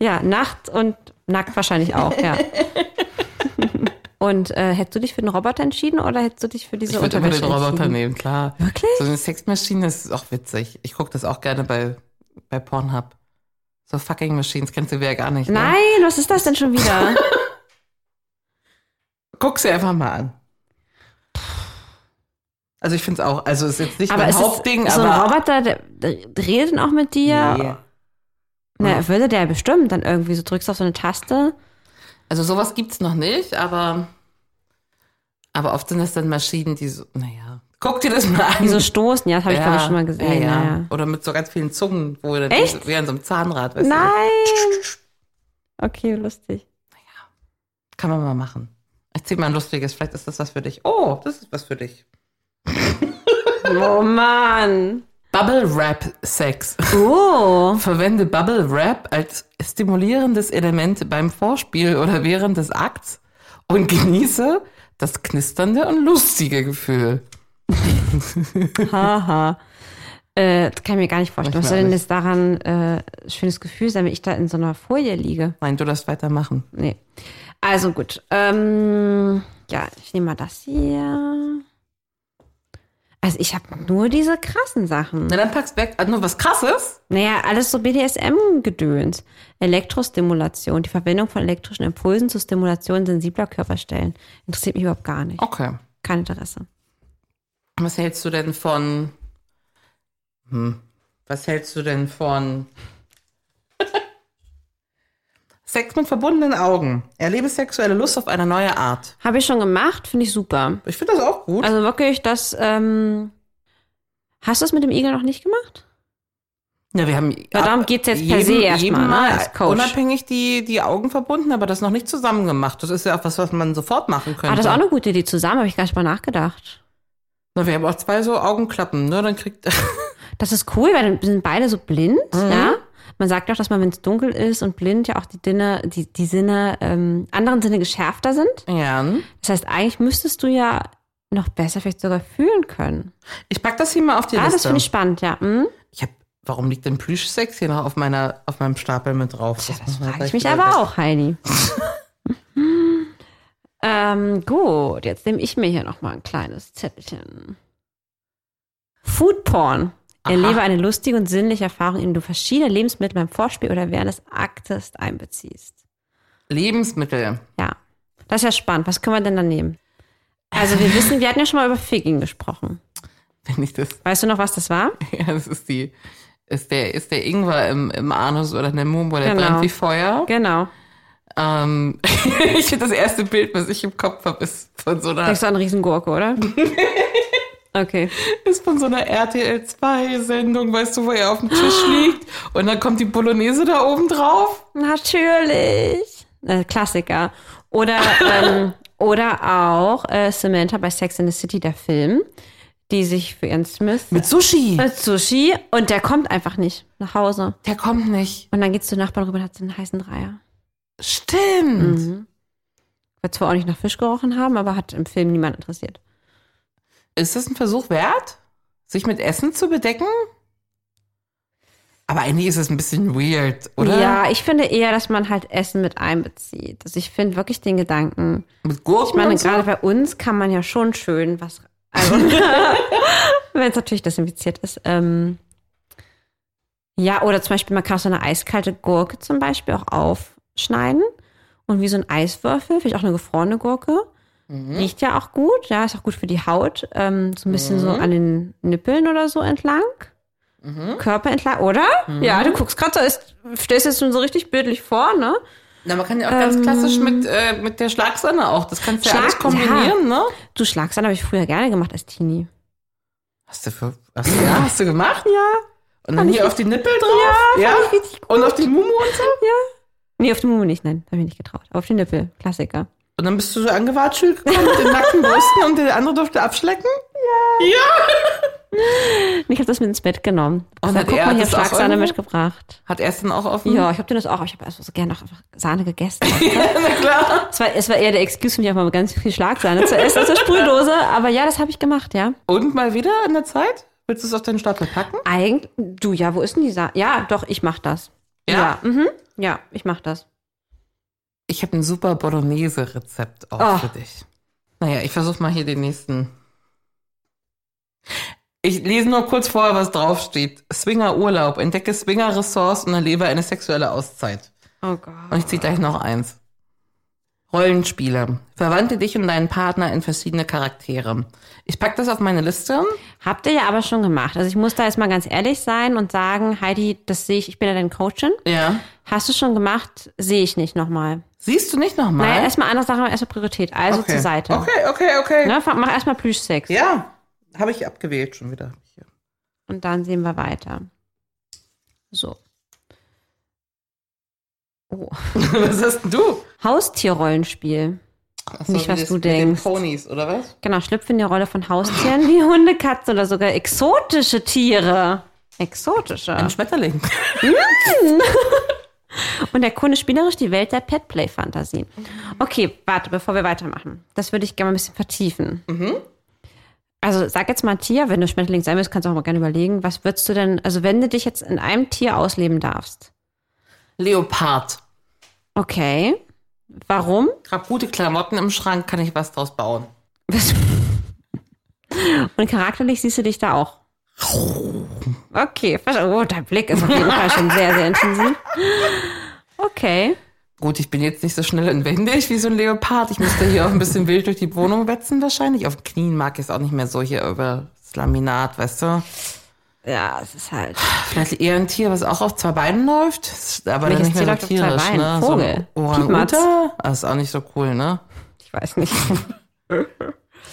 C: Ja, nachts und nackt wahrscheinlich auch, ja. Und äh, hättest du dich für den Roboter entschieden oder hättest du dich für diese
B: ich würde immer
C: Unterwäsche
B: den Roboter
C: entschieden?
B: nehmen, klar.
C: Wirklich?
B: So eine Sexmaschine ist auch witzig. Ich gucke das auch gerne bei, bei Pornhub. So fucking Machines kennst du ja gar nicht.
C: Nein,
B: Ne?
C: was ist das denn schon wieder?
B: Guck sie einfach mal an. Also ich finde es auch, also ist jetzt nicht
C: aber
B: mein
C: ist es
B: Hauptding,
C: so ein
B: aber.
C: Roboter, der, der redet dann auch mit dir?
B: Nee.
C: Na, würde der bestimmt dann irgendwie so drückst auf so eine Taste.
B: Also sowas gibt's noch nicht, aber, aber oft sind das dann Maschinen, die so, naja. Guck dir das mal an.
C: Wie so stoßen, ja, das habe ich, glaube ich, schon mal gesehen.
B: Ja, ja.
C: ja.
B: Oder mit so ganz vielen Zungen, wo dann
C: Echt?
B: wie an so einem Zahnrad. weißt du.
C: Nein! Okay, lustig.
B: Kann man mal machen. Erzähl mal ein lustiges, vielleicht ist das was für dich. Oh, das ist was für dich.
C: Oh Mann!
B: Bubble Wrap Sex.
C: Oh!
B: Verwende Bubble Wrap als stimulierendes Element beim Vorspiel oder während des Akts und genieße das knisternde und lustige Gefühl.
C: Haha. Äh, das kann ich mir gar nicht vorstellen. Was soll denn
B: Manchmal
C: jetzt daran äh, schönes Gefühl sein, wenn ich da in so einer Folie liege?
B: Nein, du darfst weitermachen.
C: Nee. Also gut. Ähm, ja, ich nehme mal das hier. Also ich habe nur diese krassen Sachen.
B: Na, dann packst weg. Ah, nur was krasses?
C: Naja, alles so BDSM-Gedöns. Elektrostimulation, die Verwendung von elektrischen Impulsen zur Stimulation sensibler Körperstellen. Interessiert mich überhaupt gar nicht.
B: Okay.
C: Kein Interesse.
B: Was hältst du denn von. Hm. Was hältst du denn von. Sex mit verbundenen Augen. Erlebe sexuelle Lust auf eine neue Art.
C: Habe ich schon gemacht, finde ich super.
B: Ich finde das auch gut.
C: Also wirklich, das, ähm, hast du es mit dem Igel noch nicht gemacht?
B: ja, wir haben
C: Ja, darum
B: ab-
C: geht's jetzt per se erstmal,
B: jedem
C: ne,
B: Mal
C: als Coach.
B: unabhängig die, die Augen verbunden, aber das noch nicht zusammen gemacht. Das ist ja auch was, was man sofort machen könnte.
C: Ah, das ist auch eine gute Idee zusammen, habe ich gar nicht mal nachgedacht.
B: Na, wir haben auch zwei so Augenklappen, ne? Dann kriegt.
C: Das ist cool, weil dann sind beide so blind,
B: Mhm.
C: ja? Man sagt auch, dass man, wenn es dunkel ist und blind, ja auch die, Dinne, die, die Sinne, ähm, anderen Sinne geschärfter sind.
B: ja.
C: Das heißt, eigentlich müsstest du ja noch besser vielleicht sogar fühlen können.
B: Ich pack das hier mal auf die
C: ah, das
B: Liste.
C: finde ich spannend, ja. Hm?
B: Ich hab, warum liegt denn Plüschsex hier noch auf meiner, auf meinem Stapel mit drauf?
C: Tja, das
B: muss man
C: frage ich
B: gleich
C: mich
B: wieder
C: aber
B: weg.
C: auch, Heidi. ähm, gut, jetzt nehme ich mir hier nochmal ein kleines Zettelchen. Food Porn. Erlebe eine lustige und sinnliche Erfahrung, indem du verschiedene Lebensmittel beim Vorspiel oder während des Aktes einbeziehst.
B: Lebensmittel.
C: Ja, das ist ja spannend. Was können wir denn da nehmen? Also wir wissen, wir hatten ja schon mal über Figging gesprochen.
B: Wenn ich das,
C: Weißt du noch, was das war?
B: ja, das ist die, ist der, ist der Ingwer im, im Anus oder in der Mumbo, der
C: Genau.
B: brennt wie Feuer.
C: Genau.
B: Ähm, ich finde das erste Bild, was ich im Kopf habe, ist von so einer,
C: Denkst du an Riesengurke, oder? Okay.
B: ist von so einer RTL 2 Sendung, weißt du, wo er auf dem Tisch liegt und dann kommt die Bolognese da oben drauf.
C: Natürlich. Äh, Klassiker. Oder, ähm, oder auch äh, Samantha bei Sex in the City, der Film, die sich für Ian Smith
B: Mit Sushi.
C: mit Sushi und der kommt einfach nicht nach Hause.
B: Der kommt nicht.
C: Und dann geht's zu Nachbarn rüber und hat so einen heißen Dreier.
B: Stimmt.
C: Wird zwar auch nicht nach Fisch gerochen haben, aber hat im Film niemand interessiert.
B: Ist das ein Versuch wert, sich mit Essen zu bedecken? Aber eigentlich ist es ein bisschen weird, oder?
C: Ja, ich finde eher, dass man halt Essen mit einbezieht. Also ich finde wirklich den Gedanken.
B: Mit Gurken
C: Ich meine,
B: und so?
C: gerade bei uns kann man ja schon schön was. Also, wenn es natürlich desinfiziert ist. Ähm, ja, oder zum Beispiel, man kann auch so eine eiskalte Gurke zum Beispiel auch aufschneiden und wie so ein Eiswürfel, vielleicht auch eine gefrorene Gurke,
B: Mhm.
C: Riecht ja auch gut, ja, ist auch gut für die Haut. Ähm, so ein bisschen so
B: Mhm.
C: an den Nippeln oder so entlang. Körper entlang, oder?
B: Mhm.
C: Ja, du guckst gerade so, ist, stellst dir das schon so richtig bildlich vor, ne?
B: Na, man kann ja auch ganz klassisch mit, äh, mit der Schlagsahne auch. Das kannst du ja
C: Schlag-
B: alles kombinieren, ne?
C: Du Schlagsahne habe ich früher gerne gemacht als Teenie.
B: Hast du, für, hast, du, ja, hast du gemacht?
C: Ja.
B: Und dann hier auf die Nippel drauf? Ja, Und auf die Mumu und so?
C: Nee, auf den Mumu nicht, nein, habe ich mich nicht getraut. Aber auf den Nippel, Klassiker.
B: Und dann bist du so angewatschelt gekommen mit den nackten Brüsten und der andere durfte abschlecken?
C: Und ich habe das mit ins Bett genommen.
B: Und
C: Und
B: hat
C: dann guck
B: er
C: mal, ich habe
B: das auch
C: Schlagsahne
B: irgendwo?
C: mitgebracht.
B: Hat er es dann auch offen?
C: Ja, ich habe dir das auch, aber ich habe also so gerne auch einfach Sahne gegessen.
B: Na klar.
C: Es war, es war eher der Excuse, für mich einfach mal ganz viel Schlagsahne zu essen aus der Sprühdose. Aber ja, das habe ich gemacht, ja.
B: Und mal wieder in der Zeit? Willst du es auf deinen Stapel packen?
C: Eigentlich, du, ja, wo ist denn die Sahne? Ja, doch, ich mache das.
B: Ja.
C: Ja, mhm, ja ich mache das.
B: Ich habe ein super Bolognese-Rezept auch
C: Ah.
B: für dich. Naja, ich versuche mal hier den nächsten. Ich lese nur kurz vorher, was draufsteht. Swinger Urlaub. Entdecke Swinger Ressorts und erlebe eine sexuelle Auszeit.
C: Oh Gott.
B: Und ich ziehe gleich noch eins. Rollenspiele. Verwandle dich und deinen Partner in verschiedene Charaktere. Ich pack das auf meine Liste.
C: Habt ihr ja aber schon gemacht. Also ich muss da jetzt mal ganz ehrlich sein und sagen, Heidi, das sehe ich, ich bin ja dein Coachin.
B: Ja.
C: Hast du schon gemacht, sehe ich nicht nochmal.
B: Siehst du nicht nochmal?
C: Naja, erstmal andere Sachen, aber erstmal Priorität. Also zur Seite.
B: Okay, okay, okay.
C: Ne, fang- mach erstmal Plüschsex.
B: Ja, habe ich abgewählt schon wieder. Hier.
C: Und dann sehen wir weiter. So. Oh.
B: was hast denn du?
C: Haustierrollenspiel.
B: Achso,
C: Nicht, was
B: das
C: du
B: mit den
C: denkst.
B: Ponys, oder was?
C: Genau, schlüpfe in die Rolle von Haustieren wie Hunde, Katzen oder sogar exotische Tiere. Exotische.
B: Ein Schmetterling.
C: Mm. Und erkunde spielerisch die Welt der Petplay-Fantasien. Okay, warte, bevor wir weitermachen. Das würde ich gerne mal ein bisschen vertiefen. Also sag jetzt mal Tier, wenn du Schmetterling sein willst, kannst du auch mal gerne überlegen, was würdest du denn, also wenn du dich jetzt in einem Tier ausleben darfst.
B: Leopard.
C: Okay. Warum?
B: Ich habe gute Klamotten im Schrank, kann ich was draus bauen.
C: Was- Und charakterlich siehst du dich da auch. Okay, verste- oh, dein Blick ist auf jeden Fall schon sehr, sehr intensiv. Okay.
B: Gut, ich bin jetzt nicht so schnell inwendig wie so ein Leopard. Ich müsste hier auch ein bisschen wild durch die Wohnung wetzen wahrscheinlich. Auf den Knien mag ich es auch nicht mehr so hier über das Laminat, weißt du?
C: Ja, es ist halt.
B: Vielleicht eher ein Tier, was auch auf zwei Beinen läuft. Aber dann
C: Welches
B: nicht mehr
C: Tier
B: so
C: läuft auf zwei
B: tierisch,
C: Beinen?
B: ne?
C: Vogel.
B: So ein
C: Piepmatz.
B: Orang-Uta. Das ist auch nicht so cool, ne?
C: Ich weiß nicht.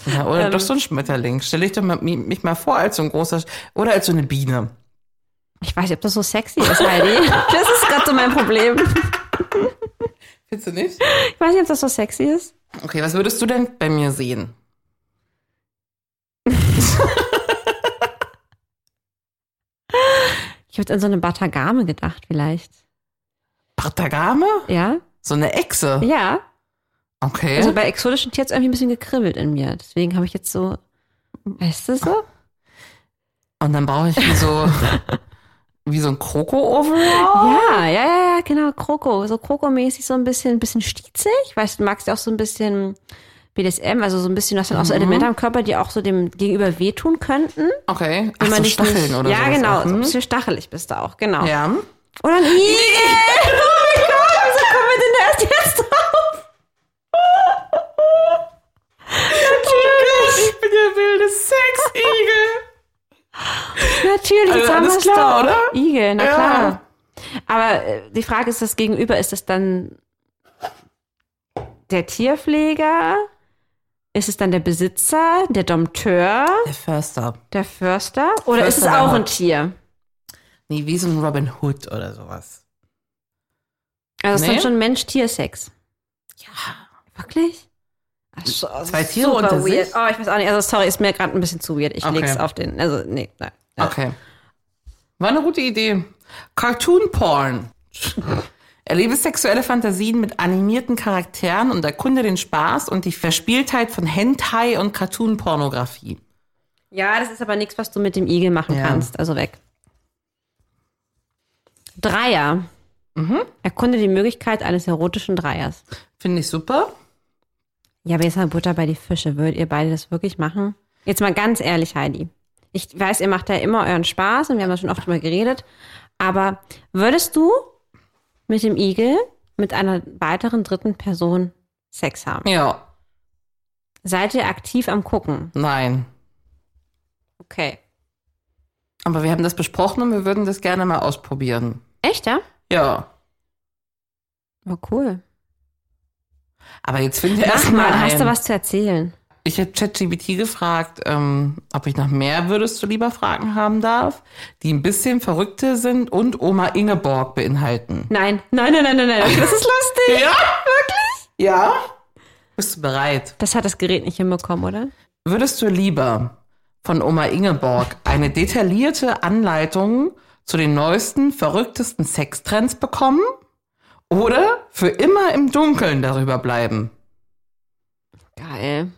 B: Ja, oder doch so ein Schmetterling. Stell dich doch mal, mi- mich mal vor als so ein großer, Sch- oder als so eine Biene.
C: Ich weiß nicht, ob das so sexy ist, Heidi. Das ist gerade so mein Problem.
B: Findest du nicht?
C: Ich weiß nicht, ob das so sexy ist.
B: Okay, was würdest du denn bei mir sehen?
C: Ich habe an so eine Batagame gedacht, vielleicht.
B: Partagame?
C: Ja?
B: So eine Echse?
C: Ja.
B: Okay.
C: Also bei exotischen Tieren hat's irgendwie ein bisschen gekribbelt in mir. Deswegen habe ich jetzt so. Weißt du so?
B: Und dann brauche ich wie so, wie so ein Kroko-Overall?
C: Ja, ja, ja, ja, genau, Kroko. So Kroko-mäßig, so ein bisschen, ein bisschen stietzig. Weißt du, du magst ja auch so ein bisschen BDSM, also so ein bisschen, du hast dann auch so Elemente am Körper, die auch so dem Gegenüber wehtun könnten.
B: Okay. Ach,
C: wenn
B: so
C: man dich
B: Stacheln oder
C: Ja,
B: sowas
C: genau,
B: auch,
C: so ein
B: hm?
C: bisschen stachelig bist du auch, genau.
B: Ja.
C: Oder ein Igel! oh mein Gott, wieso kommen wir denn da erst jetzt drauf?
B: Ich bin der wilde Sexigel.
C: Natürlich,
B: Also
C: jetzt haben
B: alles
C: wir's
B: klar,
C: doch.
B: oder?
C: Igel, na
B: Ja.
C: klar. Aber äh, die Frage ist, das Gegenüber, ist das dann der Tierpfleger? Ist es dann der Besitzer, der Dompteur,
B: Der Förster.
C: der Förster? Oder ist es
B: Förster,
C: auch
B: ja.
C: ein Tier?
B: Nee, wie so ein Robin Hood oder sowas.
C: Also es ist
B: Nee.
C: dann schon Mensch-Tier-Sex. Ja. Wirklich? Ach, so,
B: Zwei Tiere unter sich?
C: weird. Oh, ich weiß auch nicht. Also sorry, ist mir gerade ein bisschen zu weird. Ich
B: Okay.
C: leg's auf den. Also, nee, nein.
B: Okay. War eine gute Idee. Cartoon Porn. Erlebe sexuelle Fantasien mit animierten Charakteren und erkunde den Spaß und die Verspieltheit von Hentai und Cartoon-Pornografie.
C: Ja, das ist aber nichts, was du mit dem Igel machen
B: Ja.
C: kannst. Also weg. Dreier. Mhm. Erkunde die Möglichkeit eines erotischen Dreiers.
B: Finde ich super.
C: Ja, aber jetzt mal Butter bei die Fische. Würdet ihr beide das wirklich machen? Jetzt mal ganz ehrlich, Heidi. Ich weiß, ihr macht ja immer euren Spaß und wir haben da schon oft drüber geredet. Aber würdest du mit dem Igel mit einer weiteren dritten Person Sex haben?
B: Ja.
C: Seid ihr aktiv am Gucken?
B: Nein.
C: Okay.
B: Aber wir haben das besprochen und wir würden das gerne mal ausprobieren.
C: Echt, ja?
B: Ja.
C: War cool.
B: Aber jetzt finde ich
C: Mach
B: erst
C: mal,
B: mal
C: hast du
B: ein.
C: was zu erzählen?
B: Ich hätte ChatGPT gefragt, ähm, ob ich noch mehr würdest du lieber Fragen haben darf, die ein bisschen verrückter sind und Oma Ingeborg beinhalten.
C: Nein, nein, nein, nein, nein, nein. Das ist lustig.
B: Ja? Wirklich? Ja? Bist du bereit?
C: Das hat das Gerät nicht hinbekommen, oder?
B: Würdest du lieber von Oma Ingeborg eine detaillierte Anleitung zu den neuesten, verrücktesten Sextrends bekommen? Oder für immer im Dunkeln darüber bleiben?
C: Geil.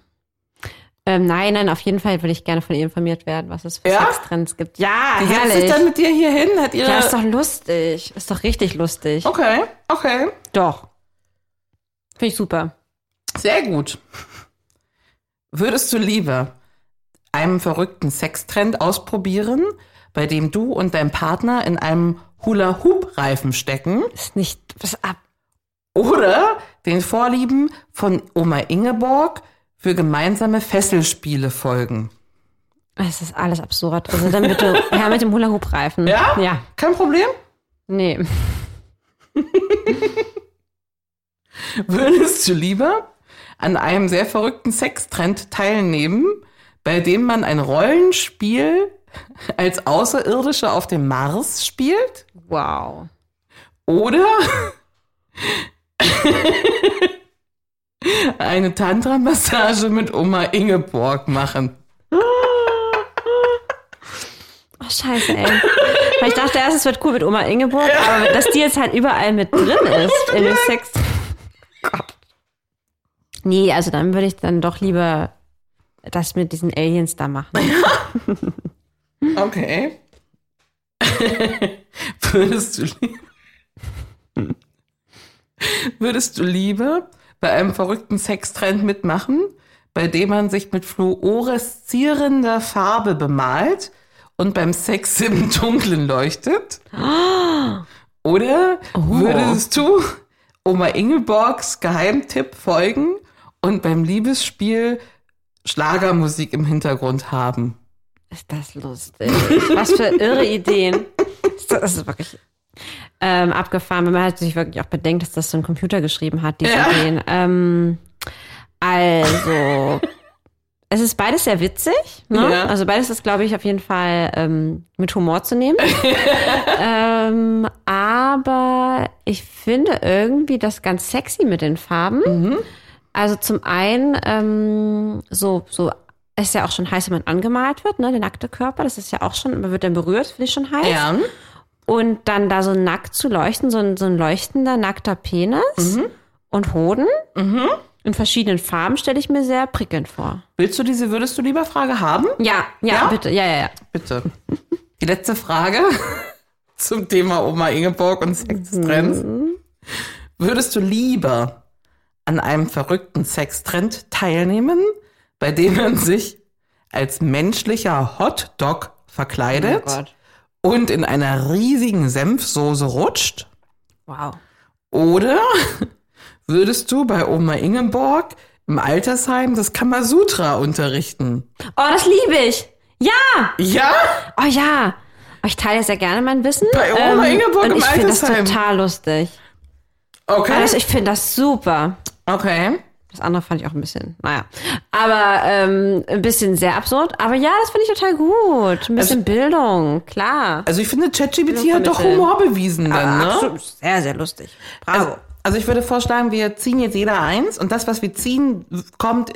C: Ähm, nein, nein, auf jeden Fall würde ich gerne von ihr informiert werden, was es für
B: Ja?
C: Sextrends gibt. Ja,
B: Die setzt sich
C: Ah, herrlich.
B: dann mit dir hier hin, hat ihre.
C: ja, ist doch lustig. Ist doch richtig lustig.
B: okay, okay.
C: Doch. Finde ich super.
B: Sehr gut. Würdest du lieber einen verrückten Sextrend ausprobieren, bei dem du und dein Partner in einem Hula-Hoop-Reifen stecken
C: Ist nicht was ab.
B: oder den Vorlieben von Oma Ingeborg für gemeinsame Fesselspiele folgen?
C: Es ist alles absurd. Also dann bitte, ja, mit dem Hula-Hoop-Reifen.
B: Ja?
C: Ja.
B: Kein Problem.
C: Nee.
B: Würdest du lieber an einem sehr verrückten Sextrend teilnehmen, bei dem man ein Rollenspiel als Außerirdische auf dem Mars spielt?
C: Wow.
B: Oder eine Tantra-Massage mit Oma Ingeborg machen.
C: Oh, scheiße, ey. Weil ich dachte erst, es wird cool mit Oma Ingeborg, aber dass die jetzt halt überall mit drin ist in dem Sex. Gott. Nee, also dann würde ich dann doch lieber das mit diesen Aliens da machen.
B: Okay. würdest, du lieber, würdest du lieber bei einem verrückten Sextrend mitmachen, bei dem man sich mit fluoreszierender Farbe bemalt und beim Sex im Dunkeln leuchtet? Oder würdest du Oma Ingeborgs Geheimtipp folgen und beim Liebesspiel Schlagermusik im Hintergrund haben?
C: Ist das lustig. Was für irre Ideen. Ist Das das ist wirklich ähm, abgefahren, wenn man halt sich wirklich auch bedenkt, dass das so ein Computer geschrieben hat, diese
B: Ja.
C: Ideen. Ähm, also, es ist beides sehr witzig. Ne?
B: Ja.
C: Also beides ist, glaube ich, auf jeden Fall ähm, mit Humor zu nehmen. ähm, aber ich finde irgendwie das ganz sexy mit den Farben. Also zum einen, ähm, so, so ist ja auch schon heiß, wenn man angemalt wird, ne? Der nackte Körper, das ist ja auch schon, man wird dann berührt, finde ich schon heiß.
B: Ja.
C: Und dann da so nackt zu leuchten, so ein, so ein leuchtender, nackter Penis
B: Mhm.
C: und Hoden in verschiedenen Farben stelle ich mir sehr prickelnd vor.
B: Willst du diese Würdest du lieber Frage haben?
C: Ja, ja,
B: Ja?
C: bitte, ja, ja, Oh ja.
B: Bitte. Die letzte Frage zum Thema Oma Ingeborg und Sextrends. Würdest du lieber an einem verrückten Sextrend teilnehmen, bei dem man sich als menschlicher Hotdog verkleidet und in einer riesigen Senfsoße rutscht?
C: Wow.
B: Oder würdest du bei Oma Ingeborg im Altersheim das Kamasutra unterrichten?
C: Oh, das liebe ich. Ja!
B: Ja!
C: Oh ja! Oh, Ich teile sehr gerne mein Wissen. Ähm,
B: Bei Oma Ingeborg
C: und
B: im
C: ich finde das
B: Altersheim.
C: total lustig.
B: Okay.
C: Also ich finde das super.
B: okay.
C: Das andere fand ich auch ein bisschen, naja. Aber ähm, ein bisschen sehr absurd. Aber ja, das finde ich total gut. Ein bisschen Bildung, klar.
B: Also ich finde, ChatGPT hat doch
C: vermitteln.
B: Humor bewiesen dann, ne?
C: Ah, Absolut. Sehr, sehr lustig. Bravo.
B: Also, also ich würde vorschlagen, wir ziehen jetzt jeder eins und das, was wir ziehen, kommt,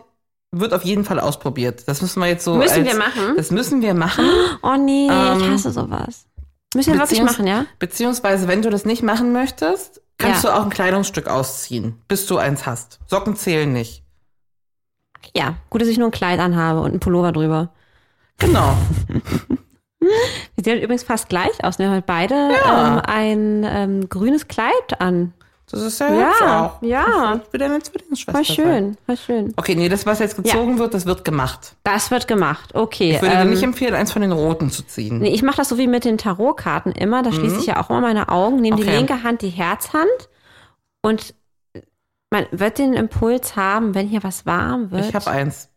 B: wird auf jeden Fall ausprobiert. Das müssen wir jetzt so. als,
C: Müssen wir machen?
B: Das müssen wir machen.
C: oh nee, ich hasse sowas. Müssen wir wirklich
B: Ähm, Beziehungs-
C: machen, ja?
B: Beziehungsweise, wenn du das nicht machen möchtest, kannst
C: Ja.
B: du auch ein Kleidungsstück ausziehen, bis du eins hast. Socken zählen nicht.
C: Ja, gut, dass ich nur ein Kleid anhabe und einen Pullover drüber.
B: Genau.
C: Wir sehen übrigens fast gleich aus. Wir haben halt beide ähm, ein ähm, grünes Kleid an.
B: Das ist ja,
C: Ja,
B: hübsch auch.
C: ja.
B: Ich bin deine Zwillingsschwester.
C: War
B: sein.
C: schön, war schön.
B: Okay, nee, das, was jetzt gezogen wird, das wird gemacht.
C: Das wird gemacht. Okay.
B: Ich würde
C: ähm,
B: dir nicht empfehlen, eins von den roten zu ziehen.
C: Nee, ich mache das so wie mit den Tarotkarten Mhm. immer. Da schließe ich ja auch immer meine Augen, nehme die
B: Okay.
C: linke Hand, die Herzhand und äh, man wird den Impuls haben, wenn hier was warm wird.
B: Ich habe eins.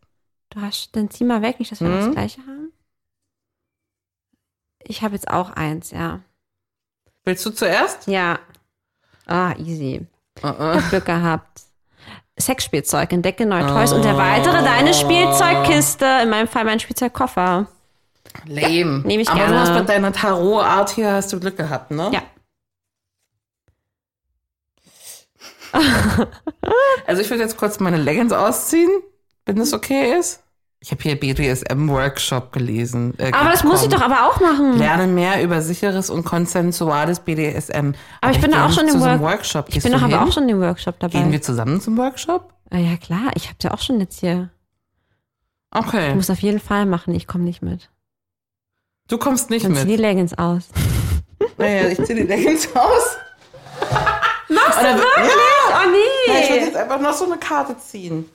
C: Du hast, dann zieh mal weg, nicht, dass wir das gleiche haben. Ich habe jetzt auch eins, ja.
B: Willst du zuerst?
C: Ja. Ah, easy.
B: Äh,
C: Ich
B: äh.
C: hab Glück gehabt. Sexspielzeug, entdecke neue Toys und erweitere deine Spielzeugkiste. In meinem Fall mein Spielzeugkoffer.
B: Lame.
C: nehm ich
B: Aber
C: gerne.
B: du hast mit deiner Tarot-Art hier hast du Glück gehabt, ne?
C: Ja.
B: Also ich würde jetzt kurz meine Leggings ausziehen, wenn das okay ist. Ich habe hier BDSM-Workshop gelesen. äh,
C: Aber das muss ich doch
B: gekommen.
C: aber auch machen.
B: Lerne mehr über sicheres und konsensuales BDSM.
C: Aber ich bin
B: geh
C: da auch
B: nicht
C: schon
B: zu
C: im
B: so einem
C: Work-
B: Workshop.
C: Ich bin doch aber auch schon im Workshop
B: Gehen
C: dabei.
B: wir zusammen zum Workshop?
C: Ah, Ja klar, ich hab's ja auch schon jetzt hier. Ich
B: Okay.
C: muss auf jeden Fall machen, ich komme nicht mit.
B: Du kommst nicht
C: Dann zieh die
B: mit.
C: Leggings aus.
B: Naja, ich ziehe die Leggings aus.
C: Machst
B: Oder-
C: Oh
B: Ja, ich würde
C: nee!
B: jetzt einfach noch so eine Karte ziehen.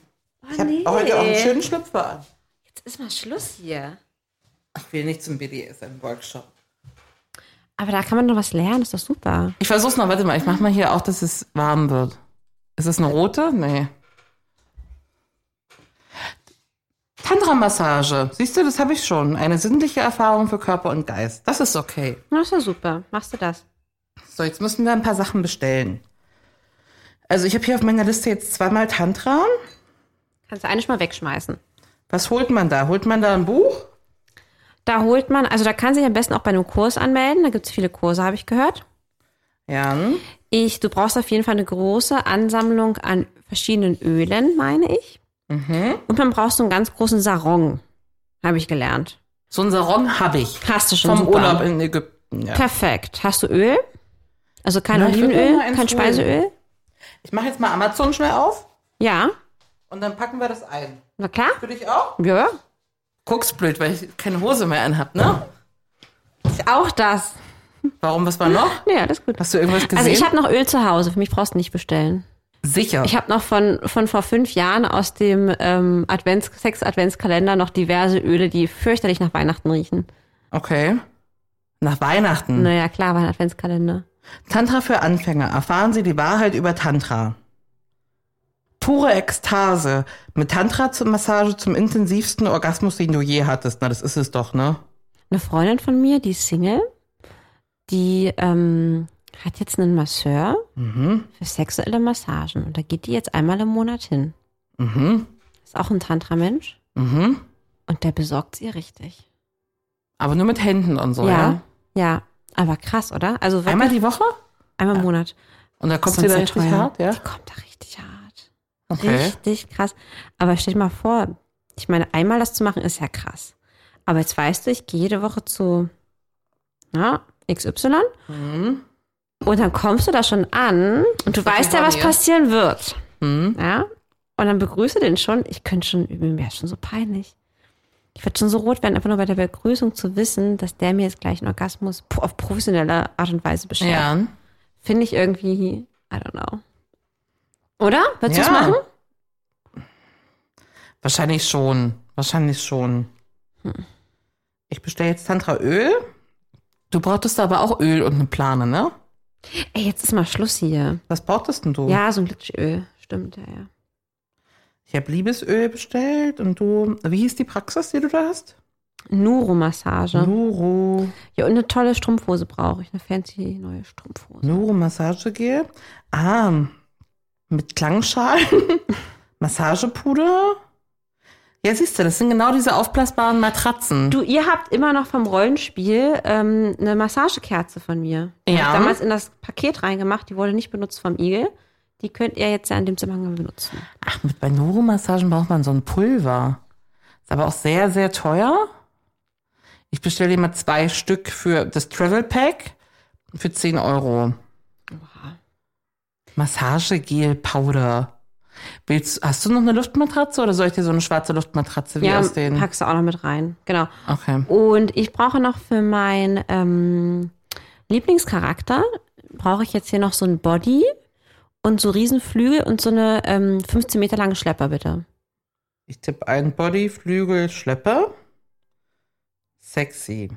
B: Ich
C: Oh,
B: habe
C: nee.
B: heute auch einen schönen Schlüpfer an.
C: Jetzt ist mal Schluss hier.
B: Ich will nicht zum BDSM-Workshop.
C: Aber da kann man doch was lernen, ist doch super.
B: Ich versuch's noch, warte mal, ich mach mal hier auch, dass es warm wird. Ist es eine rote? Nee. Tantra-Massage. Siehst du, das habe ich schon. Eine sinnliche Erfahrung für Körper und Geist. Das ist okay.
C: Na, ist ja super. Machst du das?
B: So, jetzt müssen wir ein paar Sachen bestellen. Also ich habe hier auf meiner Liste jetzt zweimal Tantra.
C: Kannst du eine schon mal wegschmeißen.
B: Was holt man da? Holt man da ein Buch?
C: Da holt man, also da kann sich am besten auch bei einem Kurs anmelden. Da gibt's viele Kurse, habe ich gehört.
B: Ja. hm?
C: Ich, du brauchst auf jeden Fall eine große Ansammlung an verschiedenen Ölen, meine ich. Und man braucht so einen ganz großen Sarong, habe ich gelernt.
B: So ein Sarong habe ich.
C: Hast du schon
B: Vom
C: super.
B: Urlaub in Ägypten. Ja.
C: Perfekt. Hast du Öl? Also kein
B: Na, ich würd mir
C: Olivenöl,
B: mal eins
C: kein
B: holen.
C: Speiseöl?
B: Ich mache jetzt mal Amazon schnell auf
C: Ja.
B: und dann packen wir das ein.
C: Na klar.
B: Für dich auch?
C: Ja.
B: Guckst blöd, weil ich keine Hose mehr anhab, ne?
C: Ist auch das.
B: Warum, was war noch?
C: Ja, das ist gut.
B: Hast du irgendwas gesehen?
C: Also ich habe noch Öl zu Hause. Für mich brauchst du nicht bestellen.
B: Sicher.
C: Ich habe noch von, von vor fünf Jahren aus dem ähm, Advents, Sex-Adventskalender noch diverse Öle, die fürchterlich nach Weihnachten
B: Hm.
C: riechen.
B: okay. Nach Weihnachten.
C: Naja, klar, war ein Adventskalender.
B: Tantra für Anfänger. Erfahren Sie die Wahrheit über Tantra. Pure Ekstase. Mit Tantra zur Massage zum intensivsten Orgasmus, den du je hattest. Na, das ist es doch, ne?
C: Eine Freundin von mir, die ist Single, die ähm, hat jetzt einen Masseur
B: Mhm.
C: für sexuelle Massagen. Und da geht die jetzt einmal im Monat hin.
B: Mhm.
C: Ist auch ein Tantra-Mensch.
B: Mhm.
C: Und der besorgt sie richtig.
B: Aber nur mit Händen und so, ja?
C: ja. Ja. Aber krass, oder? Also wirklich
B: Einmal die Woche?
C: einmal im Monat.
B: Und da kommt
C: Sonst
B: sie da
C: sehr
B: richtig
C: teuer.
B: hart, ja?
C: Die kommt da richtig hart.
B: Okay.
C: Richtig krass. Aber stell dir mal vor, ich meine, einmal das zu machen ist ja krass. Aber jetzt weißt du, ich gehe jede Woche zu na, XY
B: Mhm.
C: und dann kommst du da schon an und du
B: Das
C: weißt
B: ist
C: ja,
B: ein
C: was
B: Hobby, ja.
C: passieren wird.
B: Mhm.
C: Ja? Und dann begrüße den schon. Ich könnte schon, mir wäre schon so peinlich. Ich würde schon so rot werden, einfach nur bei der Begrüßung zu wissen, dass der mir jetzt gleich einen Orgasmus auf professionelle Art und Weise beschert.
B: Ja.
C: Finde ich irgendwie, I don't know. Oder? Würdest du
B: Ja.
C: es machen?
B: Wahrscheinlich schon. Wahrscheinlich schon. Ich bestelle jetzt Tantra-Öl. Du brauchtest aber auch Öl und eine Plane, ne?
C: Ey, jetzt ist mal Schluss hier.
B: Was brauchtest denn du?
C: Ja, so ein Glitschöl. Stimmt, ja, ja.
B: Ich habe Liebesöl bestellt und du. Wie hieß die Praxis, die du da hast?
C: Nuro-Massage.
B: Nuro.
C: Ja, und eine tolle Strumpfhose brauche ich. Eine fancy neue Strumpfhose.
B: Nuro Massagegel. Ah, mit Klangschalen. Massagepuder. Ja, siehst du, das sind genau diese aufblasbaren Matratzen.
C: Du, ihr habt immer noch vom Rollenspiel ähm, eine Massagekerze von mir. Die
B: Ja.
C: Hab ich damals in das Paket reingemacht. Die wurde nicht benutzt vom Igel. Die könnt ihr jetzt ja in dem Zusammenhang benutzen.
B: Ach, mit bei Nuro-Massagen braucht man so ein Pulver. Ist aber auch sehr, sehr teuer. Ich bestelle immer zwei Stück für das Travel Pack für 10 Euro. Massagegel Powder. Willst, hast du noch eine Luftmatratze oder soll ich dir so eine schwarze Luftmatratze wie
C: ja,
B: aus den?
C: packst du auch noch mit rein. Genau.
B: Okay.
C: Und ich brauche noch für meinen ähm, Lieblingscharakter, brauche ich jetzt hier noch so ein Body und so Riesenflügel und so eine ähm, 15 Meter lange Schlepper, bitte.
B: Ich tippe ein Body, Flügel, Schlepper. Sexy.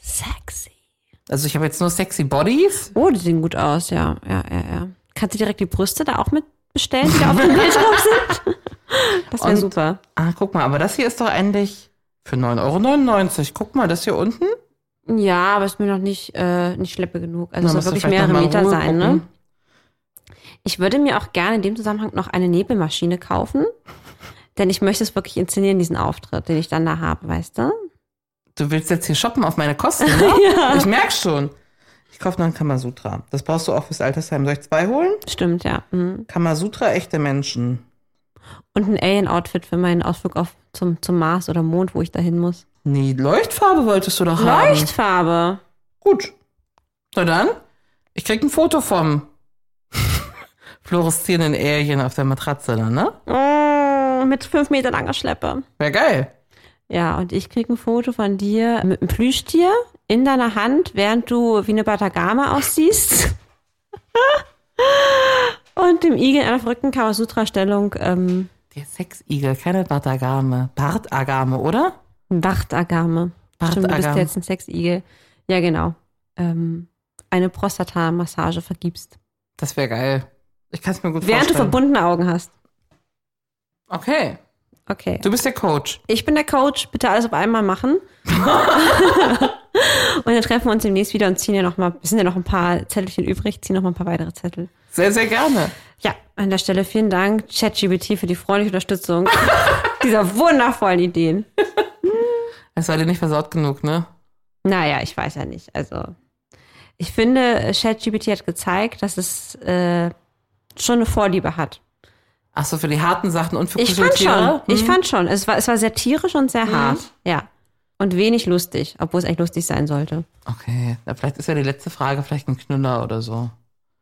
C: Sexy.
B: Also ich habe jetzt nur sexy Bodies.
C: Oh, die sehen gut aus, ja. Ja, ja, ja. Kannst du direkt die Brüste da auch mit bestellen, die da auf dem Bild drauf sind? Das wäre
B: Und-
C: super.
B: Ah, guck mal, aber das hier ist doch eigentlich für 9,99 Euro. Guck mal, das hier unten.
C: Ja, aber ist mir noch nicht, äh, nicht schleppe genug. Also es
B: Da
C: soll
B: musst du
C: wirklich
B: vielleicht
C: mehrere
B: noch mal in
C: Meter
B: Ruhe
C: sein, ne?
B: gucken.
C: Ich würde mir auch gerne in dem Zusammenhang noch eine Nebelmaschine kaufen. Denn ich möchte es wirklich inszenieren, diesen Auftritt, den ich dann da habe, weißt du?
B: Du willst jetzt hier shoppen auf meine Kosten, ne? Ich merk schon. Ich kaufe noch ein Kamasutra. Das brauchst du auch fürs Altersheim. Soll ich zwei holen?
C: Stimmt, ja. Mhm.
B: Kamasutra, echte Menschen.
C: Und ein Alien-Outfit für meinen Ausflug auf zum, zum Mars oder Mond, wo ich da hin muss.
B: Nee, Leuchtfarbe wolltest du doch haben.
C: Leuchtfarbe.
B: Gut. Na dann, ich krieg ein Foto vom fluoreszierenden Alien auf der Matratze dann, ne?
C: Mm, mit fünf Meter langer Schleppe.
B: Wär geil.
C: Ja, und ich krieg ein Foto von dir mit einem Plüschtier in deiner Hand, während du wie eine Batagama aussiehst. und dem Igel in einer verrückten Kamasutra-Stellung ähm,
B: Der Sexigel, keine Bartagame. Bartagame, oder?
C: ein Wachtagame. Stimmt, du bist
B: Bartagame.
C: jetzt ein Sexigel. Ja, genau. Ähm, eine Prostata-Massage vergibst.
B: Das wäre geil. Ich kann es mir gut
C: Während du
B: vorstellen.
C: verbundene Augen hast.
B: Okay,
C: Okay.
B: du bist der Coach.
C: Ich bin der Coach, bitte alles auf einmal machen. und dann treffen wir uns demnächst wieder und ziehen ja noch mal, es sind ja noch ein paar Zettelchen übrig, ziehen noch mal ein paar weitere Zettel.
B: Sehr, sehr gerne.
C: Ja, an der Stelle vielen Dank, ChatGBT, für die freundliche Unterstützung dieser wundervollen Ideen.
B: Es war dir nicht versaut genug, ne?
C: Naja, ich weiß ja nicht. Also, ich finde, ChatGBT hat gezeigt, dass es äh, schon eine Vorliebe hat.
B: Ach so, für die harten Sachen und für
C: Ich fand schon.
B: Kuscheltiere? Hm.
C: Ich fand schon. Es war, es war sehr tierisch und sehr hart. Ja. Und wenig lustig, obwohl es eigentlich lustig sein sollte.
B: Okay, na, vielleicht ist ja die letzte Frage vielleicht ein Knüller oder so.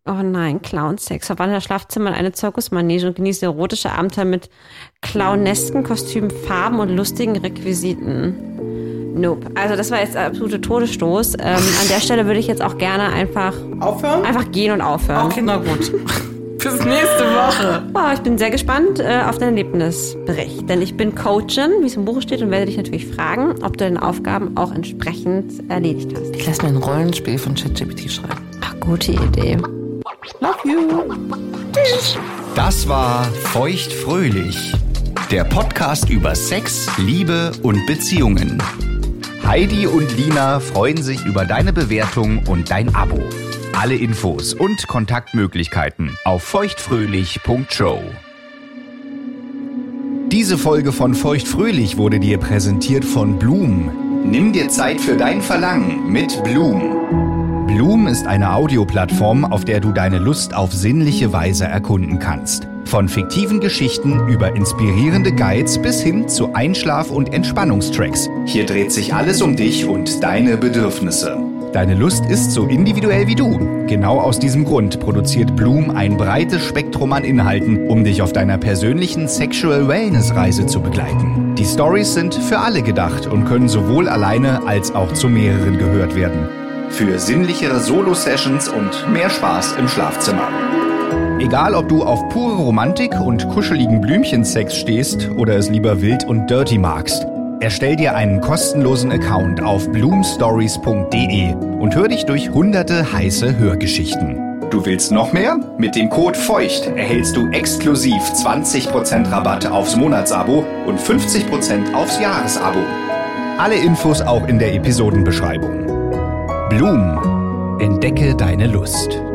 C: Oh nein, Clownsex. Verwandle das Schlafzimmer in eine Zirkusmanege und genieße erotische Abenteuer mit clownesken Kostümen, Farben und lustigen Requisiten. Nope. Also das war jetzt der absolute Todesstoß. Ähm, an der Stelle würde ich jetzt auch gerne einfach,
B: Aufhören?
C: einfach gehen und aufhören.
B: Okay, na gut. Bis nächste Woche.
C: Wow, ich bin sehr gespannt äh, auf deinen Erlebnisbericht. Denn ich bin Coachin, wie es im Buche steht, und werde dich natürlich fragen, ob du deine Aufgaben auch entsprechend erledigt hast.
B: Ich lasse mir ein Rollenspiel von ChatGPT schreiben.
C: Ach, gute Idee.
B: Love you.
A: Das war Feuchtfröhlich, der Podcast über Sex, Liebe und Beziehungen. Heidi und Lina freuen sich über deine Bewertung und dein Abo. Alle Infos und Kontaktmöglichkeiten auf feuchtfröhlich.show. Diese Folge von Feuchtfröhlich wurde dir präsentiert von Blum. Nimm dir Zeit für dein Verlangen mit Blum. Bloom ist eine Audioplattform, auf der du deine Lust auf sinnliche Weise erkunden kannst. Von fiktiven Geschichten über inspirierende Guides bis hin zu Einschlaf- und Entspannungstracks. Hier dreht sich alles um dich und deine Bedürfnisse. Deine Lust ist so individuell wie du. Genau aus diesem Grund produziert Bloom ein breites Spektrum an Inhalten, um dich auf deiner persönlichen Sexual Wellness Reise zu begleiten. Die Stories sind für alle gedacht und können sowohl alleine als auch zu mehreren gehört werden für sinnlichere Solo-Sessions und mehr Spaß im Schlafzimmer. Egal, ob du auf pure Romantik und kuscheligen Blümchensex stehst oder es lieber wild und dirty magst, erstell dir einen kostenlosen Account auf bloomstories.de und hör dich durch hunderte heiße Hörgeschichten. Du willst noch mehr? Mit dem Code FEUCHT erhältst du exklusiv 20% Rabatt aufs Monatsabo und 50% aufs Jahresabo. Alle Infos auch in der Episodenbeschreibung. Bloom. Entdecke deine Lust.